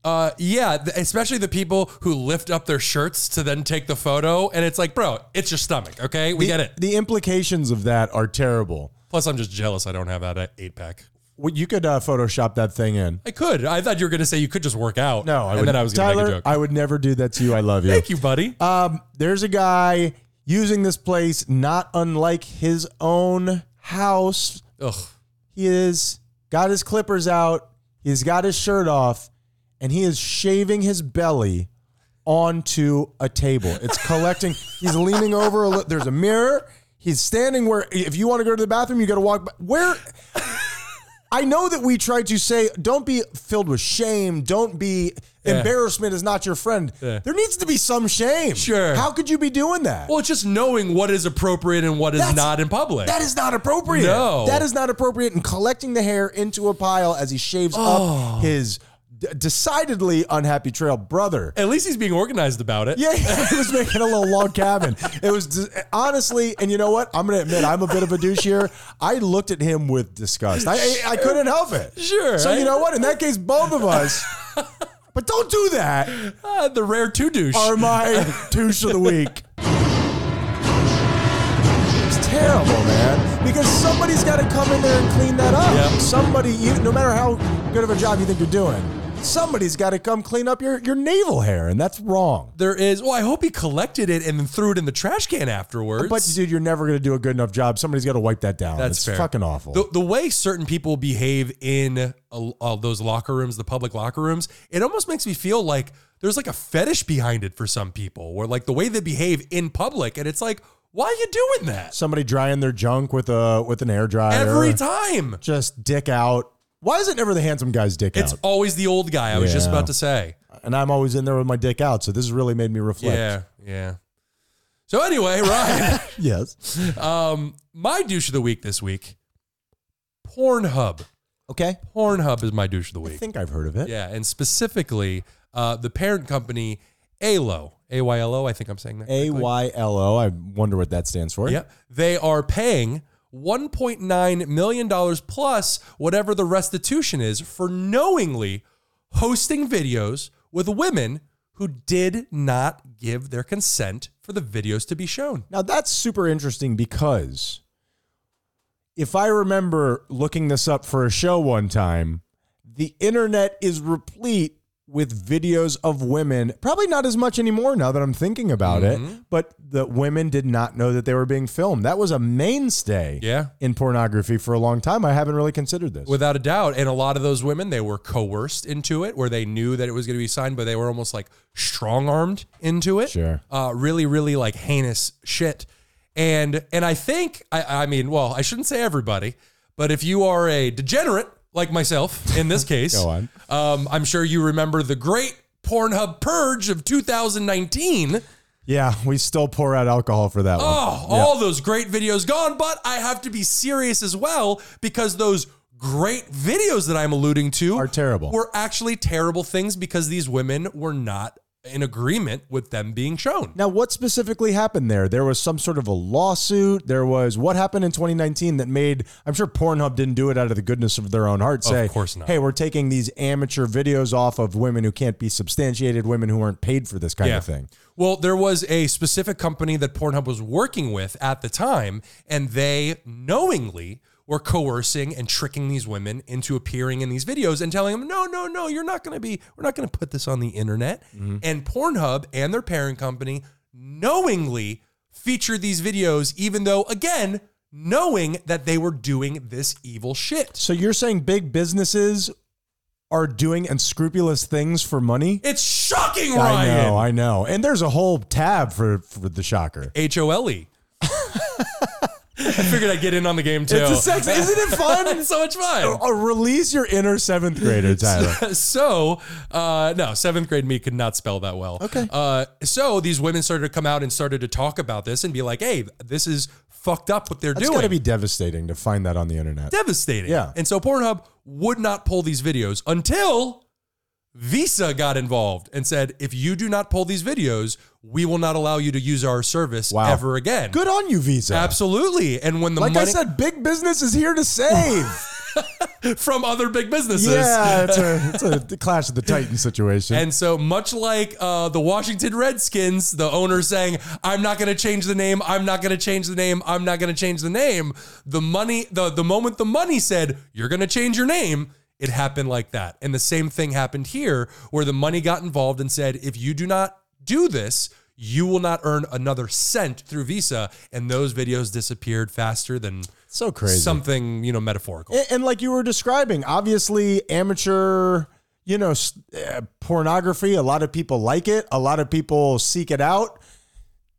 [SPEAKER 2] uh, yeah, th- especially the people who lift up their shirts to then take the photo, and it's like, bro, it's your stomach. Okay, we get it.
[SPEAKER 1] The implications of that are terrible.
[SPEAKER 2] Plus, I'm just jealous. I don't have that eight pack.
[SPEAKER 1] Well, you could uh, Photoshop that thing in.
[SPEAKER 2] I could. I thought you were going to say you could just work out.
[SPEAKER 1] No, I
[SPEAKER 2] and
[SPEAKER 1] would.
[SPEAKER 2] then I was going to
[SPEAKER 1] Tyler,
[SPEAKER 2] make a joke.
[SPEAKER 1] I would never do that to you. I love you.
[SPEAKER 2] Thank you, buddy.
[SPEAKER 1] Um, there's a guy using this place not unlike his own house.
[SPEAKER 2] Ugh.
[SPEAKER 1] He is got his clippers out. He's got his shirt off, and he is shaving his belly onto a table. It's collecting. he's leaning over. A, li- there's a mirror. He's standing where. If you want to go to the bathroom, you got to walk. By. Where? I know that we try to say, don't be filled with shame. Don't be embarrassment is not your friend.
[SPEAKER 2] Yeah.
[SPEAKER 1] There needs to be some shame.
[SPEAKER 2] Sure.
[SPEAKER 1] How could you be doing that?
[SPEAKER 2] Well, it's just knowing what is appropriate and what is
[SPEAKER 1] That's-
[SPEAKER 2] not in public.
[SPEAKER 1] That is not appropriate.
[SPEAKER 2] No.
[SPEAKER 1] That is not appropriate. And collecting the hair into a pile as he shaves
[SPEAKER 2] Oh.
[SPEAKER 1] up his d- decidedly unhappy trail brother.
[SPEAKER 2] At least he's being organized about it.
[SPEAKER 1] Yeah, he was making a little log cabin. It was dis- honestly, and you know what? I'm going to admit I'm a bit of a douche here. I looked at him with disgust. I, I, I couldn't help it.
[SPEAKER 2] Sure,
[SPEAKER 1] So
[SPEAKER 2] I-
[SPEAKER 1] you know what? In that case, both of us. But don't do that.
[SPEAKER 2] Ah, the rare two douche.
[SPEAKER 1] Are my douche of the week? It's terrible, man. Because somebody's got to come in there and clean that up.
[SPEAKER 2] Yep.
[SPEAKER 1] Somebody, you, no matter how good of a job you think you're doing, somebody's got to come clean up your, your navel hair, and that's wrong.
[SPEAKER 2] there is. Well, I hope he collected it and then threw it in the trash can afterwards.
[SPEAKER 1] But dude, you're never gonna do a good enough job. Somebody's got to wipe that down.
[SPEAKER 2] That's
[SPEAKER 1] it's
[SPEAKER 2] fair.
[SPEAKER 1] fucking awful.
[SPEAKER 2] the, the way certain people behave in uh, uh, those locker rooms, the public locker rooms, it almost makes me feel like there's like a fetish behind it for some people, where like the way they behave in public, and it's like, why are you doing that
[SPEAKER 1] Somebody drying their junk with a with an air dryer.
[SPEAKER 2] every time?
[SPEAKER 1] just dick out. Why is it never the handsome guy's dick
[SPEAKER 2] It's
[SPEAKER 1] out?
[SPEAKER 2] always the old guy. I was just
[SPEAKER 1] Yeah.
[SPEAKER 2] about to say.
[SPEAKER 1] And I'm always in there with my dick out. So this has really made me reflect.
[SPEAKER 2] Yeah, yeah. So anyway, Ryan,
[SPEAKER 1] Yes.
[SPEAKER 2] um, my douche of the week this week, Pornhub.
[SPEAKER 1] Okay.
[SPEAKER 2] Pornhub is my douche of the
[SPEAKER 1] I
[SPEAKER 2] week.
[SPEAKER 1] think I've heard of it.
[SPEAKER 2] Yeah, and specifically uh, the parent company, ALO, A Y L O. I think I'm saying that.
[SPEAKER 1] A
[SPEAKER 2] correctly.
[SPEAKER 1] Y L O. I wonder what that stands for.
[SPEAKER 2] Yep. They are paying $1.9 million plus whatever the restitution is for knowingly hosting videos with women who did not give their consent for the videos to be shown.
[SPEAKER 1] Now that's super interesting because if I remember looking this up for a show one time, the internet is replete with videos of women, probably not as much anymore now that I'm thinking about
[SPEAKER 2] Mm-hmm.
[SPEAKER 1] it, but the women did not know that they were being filmed. That was a mainstay
[SPEAKER 2] Yeah.
[SPEAKER 1] in pornography for a long time. I haven't really considered this.
[SPEAKER 2] Without a doubt. And a lot of those women, they were coerced into it where they knew that it was going to be signed, but they were almost like strong armed into it.
[SPEAKER 1] Sure.
[SPEAKER 2] Uh, really, really like heinous shit. And and I think I, I mean, well, I shouldn't say everybody, but if you are a degenerate like myself in this case,
[SPEAKER 1] Go on.
[SPEAKER 2] Um, I'm sure you remember the great Pornhub purge of 2019.
[SPEAKER 1] yeah, we still pour out alcohol for that one.
[SPEAKER 2] Oh, all those great videos gone, but I have to be serious as well because those great videos that I'm alluding to
[SPEAKER 1] Are terrible.
[SPEAKER 2] Were actually terrible things because these women were not in agreement with them being shown.
[SPEAKER 1] Now, what specifically happened there? There was some sort of a lawsuit. There was what happened in 2019 that made, I'm sure Pornhub didn't do it out of the goodness of their own heart, say,
[SPEAKER 2] course not.
[SPEAKER 1] hey, we're taking these amateur videos off of women who can't be substantiated, women who aren't paid for this kind of thing.
[SPEAKER 2] Well, there was a specific company that Pornhub was working with at the time, and they knowingly were coercing and tricking these women into appearing in these videos and telling them, no, no, no, you're not going to be, we're not going to put this on the internet.
[SPEAKER 1] Mm-hmm.
[SPEAKER 2] And Pornhub and their parent company knowingly featured these videos, even though, again, knowing that they were doing this evil shit.
[SPEAKER 1] So you're saying big businesses are doing unscrupulous things for money?
[SPEAKER 2] It's shocking,
[SPEAKER 1] I
[SPEAKER 2] Ryan.
[SPEAKER 1] know, I know. And there's a whole tab for, for the shocker.
[SPEAKER 2] H O L E. I figured I'd get in on the game too.
[SPEAKER 1] It's a sex, isn't it fun?
[SPEAKER 2] It's so much fun.
[SPEAKER 1] Uh, release your inner seventh grader, Tyler.
[SPEAKER 2] So, uh, no, seventh grade me could not spell that well.
[SPEAKER 1] Okay.
[SPEAKER 2] Uh, so these women started to come out and started to talk about this and be like, "Hey, this is fucked up what they're
[SPEAKER 1] It's
[SPEAKER 2] doing."
[SPEAKER 1] got to be devastating to find that on the internet.
[SPEAKER 2] devastating.
[SPEAKER 1] Yeah.
[SPEAKER 2] And so Pornhub would not pull these videos until Visa got involved and said, "If you do not pull these videos, we will not allow you to use our service
[SPEAKER 1] Wow.
[SPEAKER 2] ever again."
[SPEAKER 1] Good on you, Visa.
[SPEAKER 2] Absolutely. And when the
[SPEAKER 1] Like
[SPEAKER 2] money
[SPEAKER 1] I said, big business is here to save.
[SPEAKER 2] from other big businesses.
[SPEAKER 1] yeah, it's a, it's a the clash of the titans situation.
[SPEAKER 2] And so, much like uh, the Washington Redskins, the owner saying, "I'm not going to change the name. I'm not going to change the name. I'm not going to change the name." The money, the the moment the money said, "You're going to change your name," it happened like that. And the same thing happened here, where the money got involved and said, "If you do not do this." You will not earn another cent through Visa, and those videos disappeared faster than
[SPEAKER 1] so crazy.
[SPEAKER 2] something you know metaphorical.
[SPEAKER 1] and, and like you were describing, obviously amateur, you know, s- uh, pornography. A lot of people like it. A lot of people seek it out.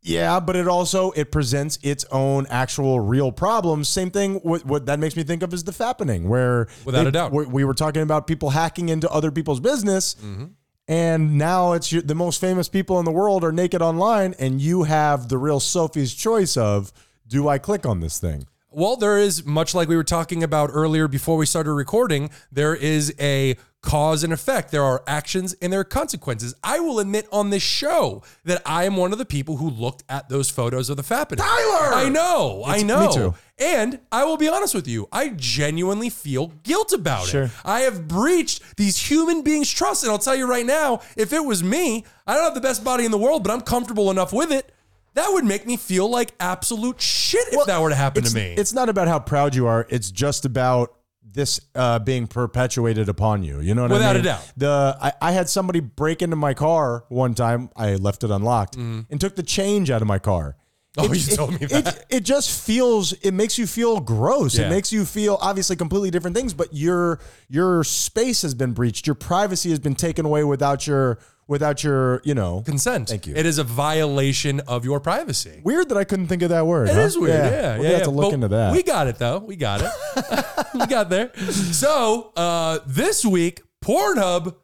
[SPEAKER 1] Yeah, but it also it presents its own actual real problems. Same thing. What, what that makes me think of is the fappening, where
[SPEAKER 2] Without a doubt.
[SPEAKER 1] we, we were talking about people hacking into other people's business,
[SPEAKER 2] Mm-hmm.
[SPEAKER 1] and now it's your, the most famous people in the world are naked online, and you have the real Sophie's choice of do I click on this thing?
[SPEAKER 2] Well, there is much like we were talking about earlier before we started recording, there is a cause and effect. There are actions and there are consequences. I will admit on this show that I am one of the people who looked at those photos of the Fappening. Tyler! I know, I know.
[SPEAKER 1] me too.
[SPEAKER 2] And I will be honest with you, I genuinely feel guilt about it.
[SPEAKER 1] Sure.
[SPEAKER 2] I have breached these human beings' trust. And I'll tell you right now, if it was me, I don't have the best body in the world, but I'm comfortable enough with it. That would make me feel like absolute shit if that were to happen to
[SPEAKER 1] it's,
[SPEAKER 2] me.
[SPEAKER 1] It's not about how proud you are. It's just about this uh, being perpetuated upon you. You know what I
[SPEAKER 2] Without a
[SPEAKER 1] mean?
[SPEAKER 2] doubt.
[SPEAKER 1] The I, I had somebody break into my car one time. I left it unlocked and took the change out of my car.
[SPEAKER 2] Mm-hmm. Oh,
[SPEAKER 1] It-
[SPEAKER 2] you
[SPEAKER 1] it-
[SPEAKER 2] told me
[SPEAKER 1] it-
[SPEAKER 2] that.
[SPEAKER 1] It, just feels. It makes you feel gross.
[SPEAKER 2] Yeah.
[SPEAKER 1] It makes you feel obviously completely different things. But your your space has been breached. Your privacy has been taken away without your without your you know.
[SPEAKER 2] consent.
[SPEAKER 1] Thank you.
[SPEAKER 2] It is a violation of your privacy.
[SPEAKER 1] Weird that I couldn't think of that word.
[SPEAKER 2] It is weird. Yeah,
[SPEAKER 1] we're
[SPEAKER 2] yeah,
[SPEAKER 1] gonna have to look
[SPEAKER 2] But
[SPEAKER 1] into that.
[SPEAKER 2] We got it though. We got it. we got there. So uh, this week, Pornhub,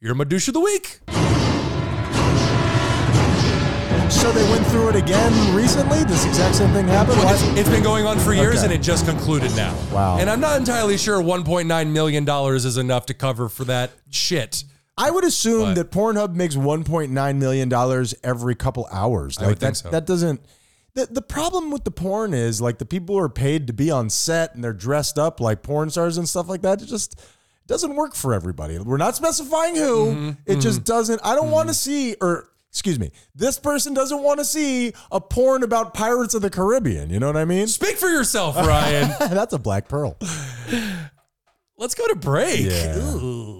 [SPEAKER 2] you're my douche of the week.
[SPEAKER 1] so they went through it again recently? This exact same thing happened?
[SPEAKER 2] Well,
[SPEAKER 1] Why-
[SPEAKER 2] it's- it's been going on for
[SPEAKER 1] Okay.
[SPEAKER 2] years and it just concluded now.
[SPEAKER 1] Wow.
[SPEAKER 2] And I'm not entirely sure $1.9 million is enough to cover for that shit.
[SPEAKER 1] I would assume
[SPEAKER 2] But-
[SPEAKER 1] that Pornhub makes $1.9 million every couple hours. Like
[SPEAKER 2] would
[SPEAKER 1] that,
[SPEAKER 2] think so.
[SPEAKER 1] that doesn't. The, the problem with the porn is like the people who are paid to be on set and they're dressed up like porn stars and stuff like that. It just doesn't work for everybody. We're not specifying who.
[SPEAKER 2] Mm-hmm,
[SPEAKER 1] it just doesn't. I don't want to see, or excuse me, this person doesn't want to see a porn about Pirates of the Caribbean. You know what I mean?
[SPEAKER 2] Speak for yourself, Ryan.
[SPEAKER 1] That's a black pearl.
[SPEAKER 2] Let's go to break.
[SPEAKER 1] Yeah.
[SPEAKER 2] Ooh.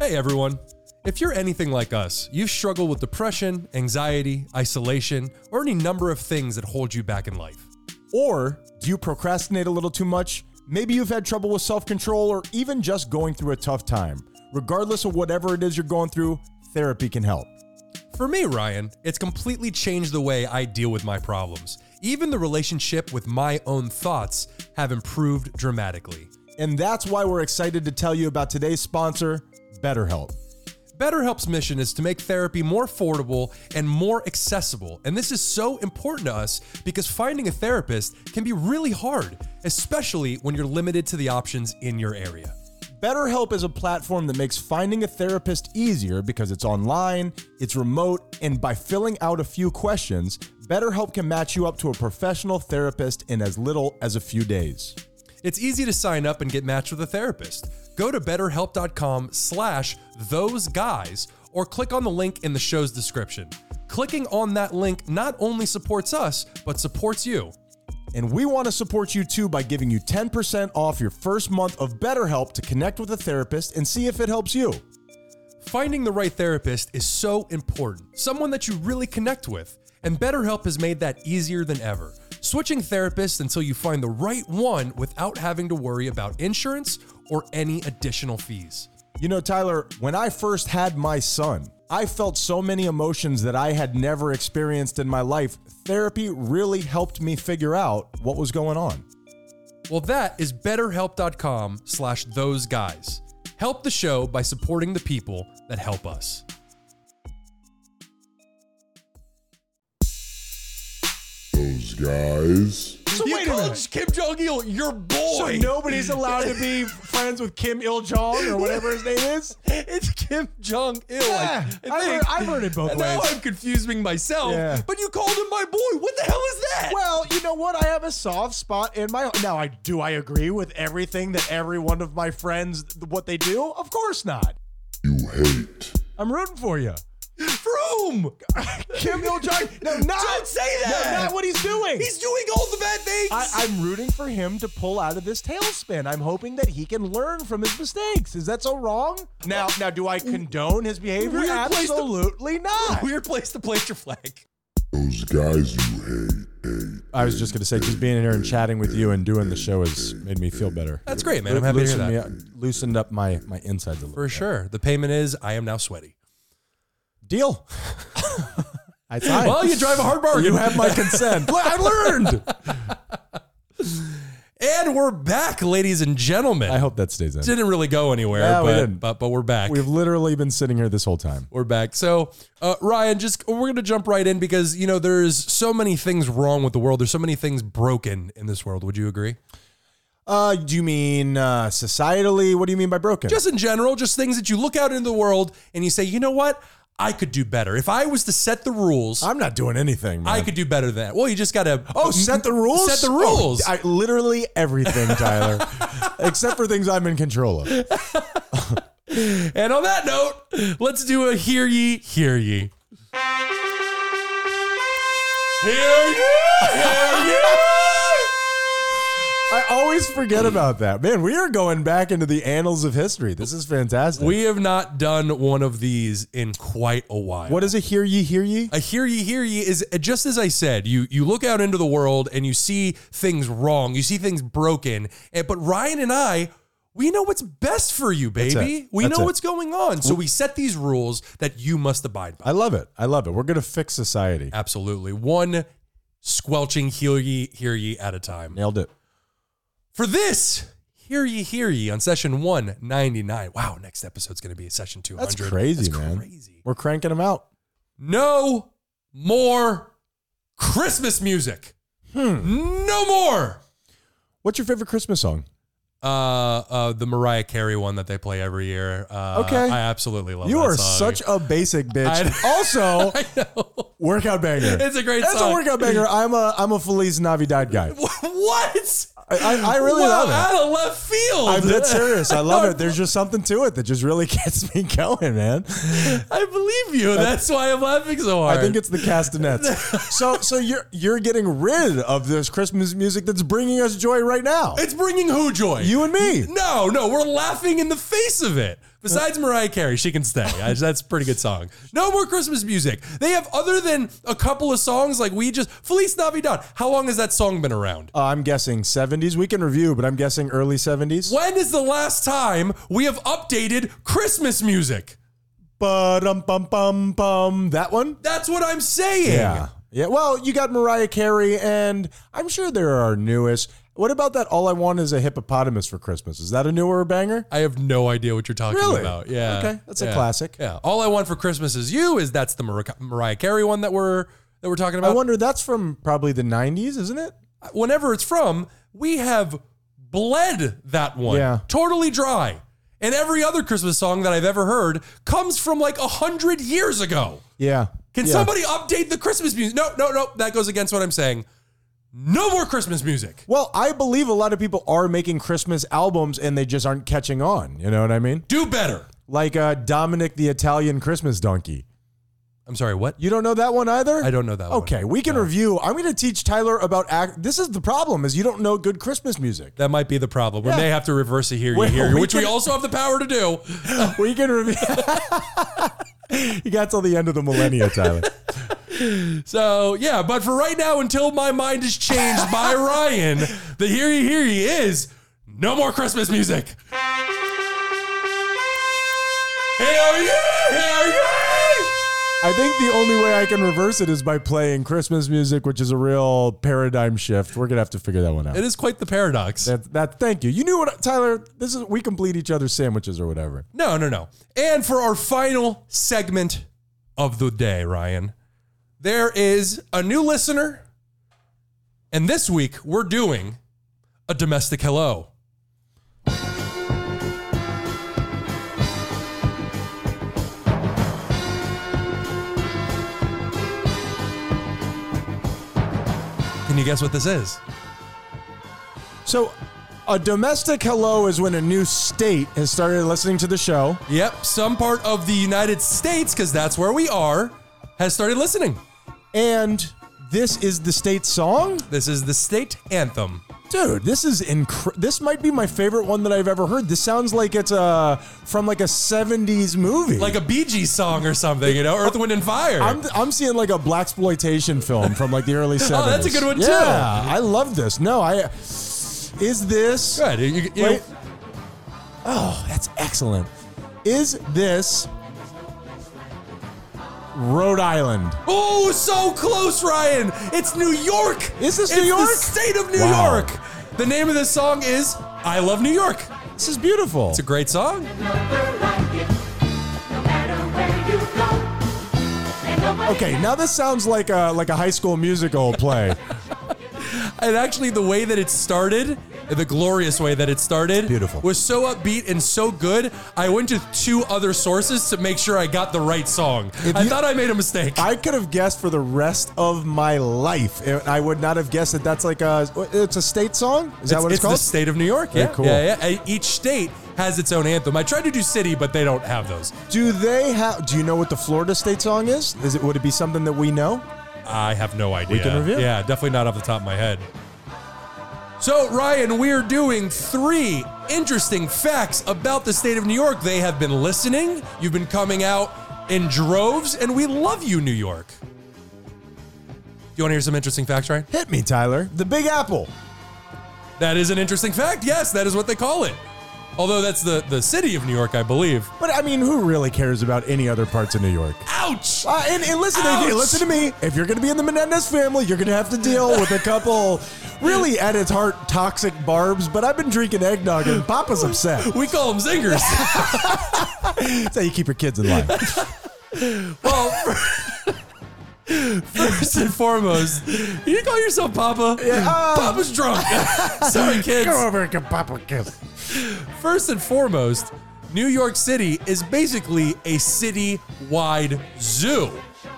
[SPEAKER 2] Hey, everyone. If you're anything like us, you struggle with depression, anxiety, isolation, or any number of things that hold you back in life.
[SPEAKER 1] Or do you procrastinate a little too much? Maybe you've had trouble with self control or even just going through a tough time. Regardless of whatever it is you're going through, therapy can help.
[SPEAKER 2] For me, Ryan, it's completely changed the way I deal with my problems. Even the relationship with my own thoughts have improved dramatically.
[SPEAKER 1] And that's why we're excited to tell you about today's sponsor, BetterHelp.
[SPEAKER 2] BetterHelp's mission is to make therapy more affordable and more accessible. And this is so important to us because finding a therapist can be really hard, especially when you're limited to the options in your area.
[SPEAKER 1] BetterHelp is a platform that makes finding a therapist easier because it's online, it's remote, and by filling out a few questions, BetterHelp can match you up to a professional therapist in as little as a few days.
[SPEAKER 2] It's easy to sign up and get matched with a therapist. Go to betterhelp.com slash those guys or click on the link in the show's description. Clicking on that link not only supports us, but supports you.
[SPEAKER 1] And we want to support you too by giving you 10% off your first month of BetterHelp to connect with a therapist and see if it helps you.
[SPEAKER 2] Finding the right therapist is so important, someone that you really connect with. And BetterHelp has made that easier than ever. Switching therapists until you find the right one without having to worry about insurance or any additional fees.
[SPEAKER 1] You know, Tyler, when I first had my son, I felt so many emotions that I had never experienced in my life. Therapy really helped me figure out what was going on.
[SPEAKER 2] Well, that is betterhelp.com slash those guys. Help the show by supporting the people that help us.
[SPEAKER 3] Those guys.
[SPEAKER 1] So
[SPEAKER 2] Kim Jong Il your
[SPEAKER 1] So
[SPEAKER 2] boy.
[SPEAKER 1] nobody's allowed to be friends with Kim Il Jong or whatever his name is.
[SPEAKER 2] it's Kim Jong Il.
[SPEAKER 1] Yeah, I've heard- I've heard it both
[SPEAKER 2] Now
[SPEAKER 1] ways.
[SPEAKER 2] I'm confusing myself.
[SPEAKER 1] Yeah.
[SPEAKER 2] But you called him my boy. What the hell is that?
[SPEAKER 1] Well, you know what? I have a soft spot in my now. I do. I agree with everything that every one of my friends what they do. Of course not.
[SPEAKER 3] You hate.
[SPEAKER 1] I'm rooting for you,
[SPEAKER 2] From
[SPEAKER 1] Kim Il Jong. No, not
[SPEAKER 2] Don't say that!
[SPEAKER 1] No, not what he's doing.
[SPEAKER 2] he's doing all the bad things.
[SPEAKER 1] I, I'm rooting for him to pull out of this tailspin. I'm hoping that he can learn from his mistakes. Is that so wrong? Now, now, do I condone his behavior?
[SPEAKER 2] Weird place to-
[SPEAKER 1] Absolutely not.
[SPEAKER 2] Weird place to place your flag.
[SPEAKER 3] Those guys you hate. hate.
[SPEAKER 1] I was just gonna say, just being in here and chatting with you and doing the show has made me feel better.
[SPEAKER 2] That's great, man. I'm happy to hear that.
[SPEAKER 1] loosened up my my insides a little.
[SPEAKER 2] For sure. The payment is I am now sweaty.
[SPEAKER 1] Deal. I signed.
[SPEAKER 2] Well, you drive a hard bargain.
[SPEAKER 1] You have my consent. Look, I learned.
[SPEAKER 2] And we're back, ladies and gentlemen.
[SPEAKER 1] I hope that stays in.
[SPEAKER 2] didn't really go anywhere,
[SPEAKER 1] Yeah, we
[SPEAKER 2] but,
[SPEAKER 1] didn't.
[SPEAKER 2] but but we're back.
[SPEAKER 1] We've literally been sitting here this whole time.
[SPEAKER 2] we're back. So, uh, Ryan, just we're gonna jump right in because you know there's so many things wrong with the world. There's so many things broken in this world. Would you agree?
[SPEAKER 1] Uh, do you mean uh, societally? What do you mean by broken?
[SPEAKER 2] Just in general, just things that you look out into the world and you say, you know what, I could do better. If I was to set the rules,
[SPEAKER 1] I'm not doing anything, man.
[SPEAKER 2] I could do better than that. Well, you just gotta
[SPEAKER 1] Oh, set the rules.
[SPEAKER 2] Set the rules.
[SPEAKER 1] Oh, I, literally everything, Tyler, except for things I'm in control of.
[SPEAKER 2] and on that note, let's do a hear ye, hear ye. Hear ye, hear ye.
[SPEAKER 1] I always forget about that, man. We are going back into the annals of history. This is fantastic.
[SPEAKER 2] We have not done one of these in quite a while.
[SPEAKER 1] what is it? Hear ye, hear ye.
[SPEAKER 2] I hear ye, hear ye is just as I said. You you look out into the world and you see things wrong, you see things broken. And, but Ryan and I, we know what's best for you, baby.
[SPEAKER 1] it.
[SPEAKER 2] We
[SPEAKER 1] That's
[SPEAKER 2] know
[SPEAKER 1] it.
[SPEAKER 2] what's going on, so we set these rules that you must abide by.
[SPEAKER 1] I love it. I love it. We're gonna fix society.
[SPEAKER 2] Absolutely, one squelching hear ye, hear ye at a time.
[SPEAKER 1] Nailed it.
[SPEAKER 2] For this Hear Ye, Hear Ye on session 199. Wow, next episode's going to be session 200.
[SPEAKER 1] That's crazy,
[SPEAKER 2] That's
[SPEAKER 1] man.
[SPEAKER 2] crazy.
[SPEAKER 1] We're cranking them out.
[SPEAKER 2] No more Christmas music.
[SPEAKER 1] Hmm.
[SPEAKER 2] No more.
[SPEAKER 1] What's your favorite Christmas song?
[SPEAKER 2] Uh, uh, the Mariah Carey one that they play every year. Uh,
[SPEAKER 1] Okay.
[SPEAKER 2] I absolutely love
[SPEAKER 1] You
[SPEAKER 2] Oh, that
[SPEAKER 1] are
[SPEAKER 2] song.
[SPEAKER 1] such a basic bitch.
[SPEAKER 2] I-
[SPEAKER 1] Also,
[SPEAKER 2] I know.
[SPEAKER 1] workout banger.
[SPEAKER 2] It's a great
[SPEAKER 1] That's
[SPEAKER 2] song.
[SPEAKER 1] a workout banger. I'm a I'm a Feliz Navidad guy.
[SPEAKER 2] what?
[SPEAKER 1] I, I, I really
[SPEAKER 2] Wow,
[SPEAKER 1] love it.
[SPEAKER 2] Out of left field.
[SPEAKER 1] I'm dead serious. I love it. There's just something to it that just really gets me going, man.
[SPEAKER 2] I believe you. That's why I'm laughing so hard.
[SPEAKER 1] I think it's the castanets. So so you're you're getting rid of this Christmas music that's bringing us joy right now.
[SPEAKER 2] it's bringing who joy.
[SPEAKER 1] You and me.
[SPEAKER 2] No, no, we're laughing in the face of it. Besides Mariah Carey, she can stay. I- That's a pretty good song. No more Christmas music. They have other than a couple of songs like we just Feliz Navidad. How long has that song been around?
[SPEAKER 1] Uh, I'm guessing 70s. We can review, but I'm guessing early 70s.
[SPEAKER 2] When is the last time we have updated Christmas music?
[SPEAKER 1] Ba-dum bum bum bum. That one?
[SPEAKER 2] That's what I'm saying.
[SPEAKER 1] Yeah. Yeah. Well, you got Mariah Carey, and I'm sure there are newest. What about that All I Want is a Hippopotamus for Christmas? Is that a newer banger?
[SPEAKER 2] I have no idea what you're talking
[SPEAKER 1] Really?
[SPEAKER 2] about. Yeah.
[SPEAKER 1] Okay, that's a
[SPEAKER 2] Yeah.
[SPEAKER 1] classic.
[SPEAKER 2] Yeah. All I want for Christmas is you is that's the Mar- Mariah Carey one that we're that we're talking
[SPEAKER 1] I
[SPEAKER 2] about.
[SPEAKER 1] wonder that's from probably the 90s, isn't it?
[SPEAKER 2] Whenever it's from, we have bled that one.
[SPEAKER 1] Yeah.
[SPEAKER 2] Totally dry. And every other Christmas song that I've ever heard comes from like a hundred years ago.
[SPEAKER 1] Yeah.
[SPEAKER 2] Can
[SPEAKER 1] Yeah.
[SPEAKER 2] somebody update the Christmas music? No, no, no. That goes against what I'm saying. No more Christmas music.
[SPEAKER 1] Well, I believe a lot of people are making Christmas albums and they just aren't catching on. You know what I mean?
[SPEAKER 2] Do better.
[SPEAKER 1] Like uh, Dominic the Italian Christmas Donkey.
[SPEAKER 2] I'm sorry. What?
[SPEAKER 1] You don't know that one either?
[SPEAKER 2] I don't know that one.
[SPEAKER 1] Okay, we can review. I'm going to teach Tyler about act. This is the problem: is you don't know good Christmas music.
[SPEAKER 2] That might be the problem. We
[SPEAKER 1] Yeah.
[SPEAKER 2] may have to reverse a hear you
[SPEAKER 1] Well,
[SPEAKER 2] hear, you,
[SPEAKER 1] we
[SPEAKER 2] which we
[SPEAKER 1] can-
[SPEAKER 2] also have the power to do.
[SPEAKER 1] We can review. you got till the end of the millennia, Tyler.
[SPEAKER 2] So yeah, but for right now, until my mind is changed by Ryan, the hear you hear you is no more Christmas music. Hell yeah! Hell yeah!
[SPEAKER 1] I think the only way I can reverse it is by playing Christmas music, which is a real paradigm shift. We're gonna have to figure that one out.
[SPEAKER 2] It is quite the paradox.
[SPEAKER 1] That, that thank you. You knew what Tyler. This is we complete each other's sandwiches or whatever.
[SPEAKER 2] No, no, no. And for our final segment of the day, Ryan, there is a new listener. And this week we're doing a domestic hello. Can you guess what this is?
[SPEAKER 1] So, a domestic hello is when a new state has started listening to the show.
[SPEAKER 2] Yep, some part of the United States, because that's where we are, has started listening.
[SPEAKER 1] And this is the state song?
[SPEAKER 2] This is the state anthem.
[SPEAKER 1] Dude, this is incre- this might be my favorite one that I've ever heard. This sounds like it's uh from like a 70s movie.
[SPEAKER 2] like a Bee Gees song or something, you know, Earth, Wind, and Fire.
[SPEAKER 1] I'm, I'm seeing like a black exploitation film from like the early 70s.
[SPEAKER 2] that's a good one, too.
[SPEAKER 1] Yeah, I love this. No, I Is this
[SPEAKER 2] Good. You- you-
[SPEAKER 1] Wait. Oh, that's excellent. Is this Rhode Island?
[SPEAKER 2] oh, so close, Ryan. It's New York.
[SPEAKER 1] Is this
[SPEAKER 2] It's
[SPEAKER 1] New York?
[SPEAKER 2] The state of New
[SPEAKER 1] Wow.
[SPEAKER 2] York. The name of this song is "I Love New York."
[SPEAKER 1] This is beautiful.
[SPEAKER 2] It's a great song.
[SPEAKER 1] Okay, now this sounds like a like a high school musical play.
[SPEAKER 2] And actually, the way that it started, the glorious way that it started,
[SPEAKER 1] beautiful.
[SPEAKER 2] was so upbeat and so good. I went to two other sources to make sure I got the right song. I
[SPEAKER 1] you-
[SPEAKER 2] thought I made a mistake.
[SPEAKER 1] I could have guessed for the rest of my life. and I would not have guessed that that's like a it's a state song. Is that what it's,
[SPEAKER 2] the
[SPEAKER 1] called?
[SPEAKER 2] state of New York.
[SPEAKER 1] Very
[SPEAKER 2] Yeah,
[SPEAKER 1] cool.
[SPEAKER 2] yeah, yeah. Each state has its own anthem. I tried to do city, but they don't have those.
[SPEAKER 1] do they have? Do you know what the Florida state song is? Is it would it be something that we know?
[SPEAKER 2] I have no idea.
[SPEAKER 1] can review.
[SPEAKER 2] Yeah, definitely not off the top of my head. So, Ryan, we're doing three interesting facts about the state of New York. They have been listening, you've been coming out in droves, and we love you, New York. Do you want to hear some interesting facts, Ryan?
[SPEAKER 1] Hit me, Tyler. The Big Apple.
[SPEAKER 2] That is an interesting fact. Yes, that is what they call it. Although that's the, the city of New York, I believe.
[SPEAKER 1] But I mean, who really cares about any other parts of New York?
[SPEAKER 2] Ouch!
[SPEAKER 1] Uh, and, and listen, if-
[SPEAKER 2] Ouch.
[SPEAKER 1] listen to me. If you're going to be in the Menendez family, you're going to have to deal with a couple really at its heart toxic barbs, but I've been drinking eggnog and Papa's upset.
[SPEAKER 2] We call them zingers.
[SPEAKER 1] That's how you keep your kids in line.
[SPEAKER 2] well, first and foremost, you call yourself Papa.
[SPEAKER 1] uh,
[SPEAKER 2] Papa's drunk. Sorry, kids.
[SPEAKER 1] over and give Papa a kiss.
[SPEAKER 2] First and foremost, New York City is basically a city-wide zoo.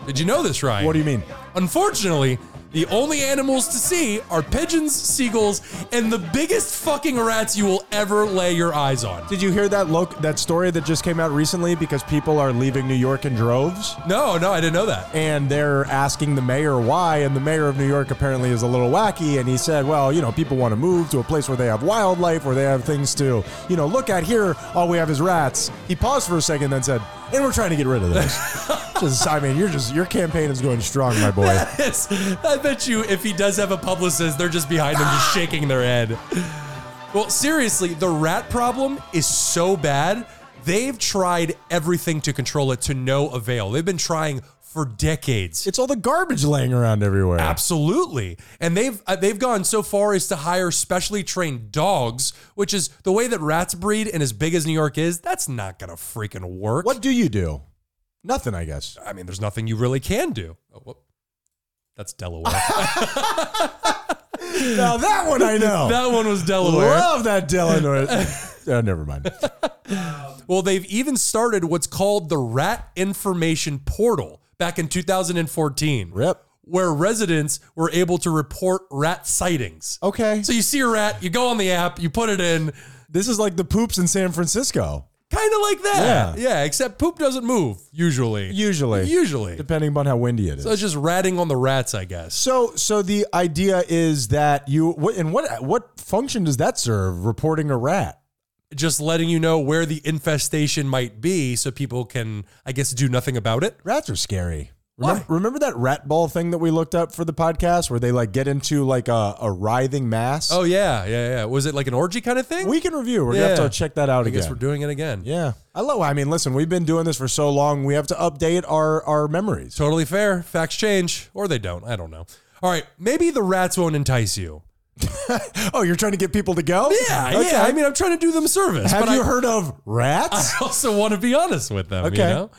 [SPEAKER 2] Did you know this, Ryan?
[SPEAKER 1] What do you mean?
[SPEAKER 2] Unfortunately, the only animals to see are pigeons, seagulls, and the biggest fucking rats you will ever lay your eyes on.
[SPEAKER 1] Did you hear that loc- that story that just came out recently because people are leaving New York in droves?
[SPEAKER 2] No, no, I didn't know that.
[SPEAKER 1] and they're asking the mayor why, and the mayor of New York apparently is a little wacky, and he said, well, you know, people want to move to a place where they have wildlife, where they have things to, you know, look at here. All we have is rats. He paused for a second, then said, and we're trying to get rid of those. just, I mean, you're just your campaign is going strong, my boy.
[SPEAKER 2] Yes, I bet you if he does have a publicist, they're just behind him, just shaking their head. Well, seriously, the rat problem is so bad. They've tried everything to control it to no avail. They've been trying for decades.
[SPEAKER 1] It's all the garbage laying around everywhere.
[SPEAKER 2] Absolutely, and they've uh, they've gone so far as to hire specially trained dogs, which is the way that rats breed. And as big as New York is, that's not gonna freaking work.
[SPEAKER 1] What do you do? Nothing, I guess.
[SPEAKER 2] I mean, there's nothing you really can do. Oh, whoop. That's Delaware.
[SPEAKER 1] Now that one I know.
[SPEAKER 2] that one was Delaware.
[SPEAKER 1] Love that Dylan. Or, oh, never mind.
[SPEAKER 2] Well, they've even started what's called the Rat Information Portal back in 2014,
[SPEAKER 1] Rip.
[SPEAKER 2] where residents were able to report rat sightings.
[SPEAKER 1] Okay.
[SPEAKER 2] So you see a rat, you go on the app, you put it in,
[SPEAKER 1] This is like the poops in San Francisco.
[SPEAKER 2] kind of like that. Yeah. except poop doesn't move usually.
[SPEAKER 1] Usually.
[SPEAKER 2] Usually.
[SPEAKER 1] depending upon how windy it is.
[SPEAKER 2] So it's just ratting on the rats, I guess.
[SPEAKER 1] So, so the idea is that you what and what what function does that serve? Reporting a rat.
[SPEAKER 2] Just letting you know where the infestation might be so people can, I guess, do nothing about it.
[SPEAKER 1] Rats are scary. Remember, remember that rat ball thing that we looked up for the podcast where they like get into like a, a writhing mass?
[SPEAKER 2] Oh, yeah. Yeah. Yeah. Was it like an orgy kind of thing?
[SPEAKER 1] we can review. We're gonna
[SPEAKER 2] Yeah.
[SPEAKER 1] have to check that out
[SPEAKER 2] I guess
[SPEAKER 1] again.
[SPEAKER 2] we're doing it again.
[SPEAKER 1] yeah, I love. I mean, listen, we've been doing this for so long. We have to update our our memories.
[SPEAKER 2] Totally fair. Facts change, or they don't. I don't know. All right, maybe the rats won't entice you.
[SPEAKER 1] Oh, you're trying to get people to go? Okay.
[SPEAKER 2] I mean, I'm trying to do them service.
[SPEAKER 1] have
[SPEAKER 2] but
[SPEAKER 1] you
[SPEAKER 2] I,
[SPEAKER 1] heard of rats?
[SPEAKER 2] I also want to be honest with them.
[SPEAKER 1] Okay.
[SPEAKER 2] You know?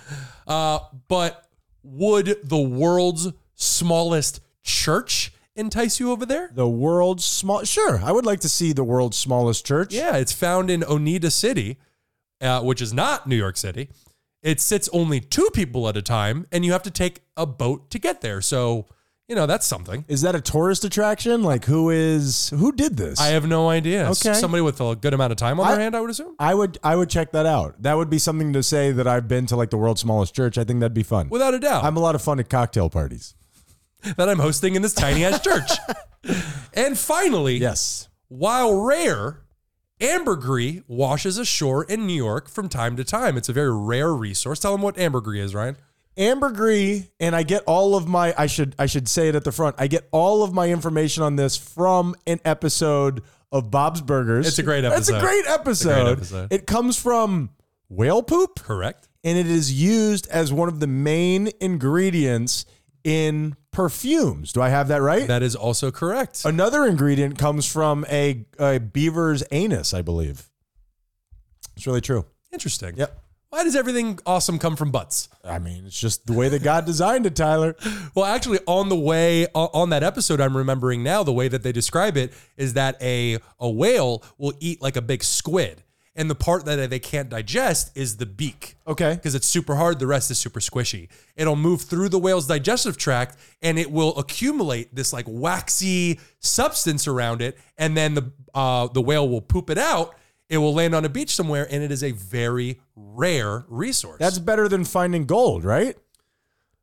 [SPEAKER 2] uh, but would the world's smallest church entice you over there?
[SPEAKER 1] the world's small. Sure, I would like to see the world's smallest church.
[SPEAKER 2] Yeah, it's found in Oneida City, uh, which is not New York City. It sits only two people at a time, and you have to take a boat to get there. So, you know, that's something.
[SPEAKER 1] Is that a tourist attraction? Like who is who did this?
[SPEAKER 2] I have no idea. S-
[SPEAKER 1] Okay.
[SPEAKER 2] Somebody with a good amount of time on
[SPEAKER 1] I-
[SPEAKER 2] their hand, I would assume.
[SPEAKER 1] I would I would check that out. That would be something to say that I've been to like the world's smallest church. I think that'd be fun.
[SPEAKER 2] Without a doubt,
[SPEAKER 1] I'm a lot of fun at cocktail parties.
[SPEAKER 2] that I'm hosting in this tiny ass church. And finally,
[SPEAKER 1] Yes.
[SPEAKER 2] while rare, ambergris washes ashore in New York from time to time. It's a very rare resource. Tell them what ambergris is, Ryan.
[SPEAKER 1] Ambergris, and I get all of my I should I should say it at the front. I get all of my information on this from an episode of Bob's Burgers.
[SPEAKER 2] It's a great
[SPEAKER 1] It's a
[SPEAKER 2] episode.
[SPEAKER 1] great episode.
[SPEAKER 2] episode.
[SPEAKER 1] It comes from whale poop
[SPEAKER 2] Correct.
[SPEAKER 1] and it is used as one of the main ingredients in perfumes. Do I have that right?
[SPEAKER 2] That is also correct.
[SPEAKER 1] Another ingredient comes from a, a beaver's anus, I believe. It's really true.
[SPEAKER 2] Interesting.
[SPEAKER 1] Yep.
[SPEAKER 2] Why does everything awesome come from butts?
[SPEAKER 1] I mean, it's just the way that God designed it, Tyler.
[SPEAKER 2] Well, actually, on the way o- on that episode, I'm remembering now the way that they describe it is that a a whale will eat like a big squid, and the part that they can't digest is the beak.
[SPEAKER 1] Okay.
[SPEAKER 2] because it's super hard. The rest is super squishy. It'll move through the whale's digestive tract and it will accumulate this like waxy substance around it, and then the uh, the whale will poop it out. It will land on a beach somewhere, and it is a very rare resource.
[SPEAKER 1] That's better than finding gold, right?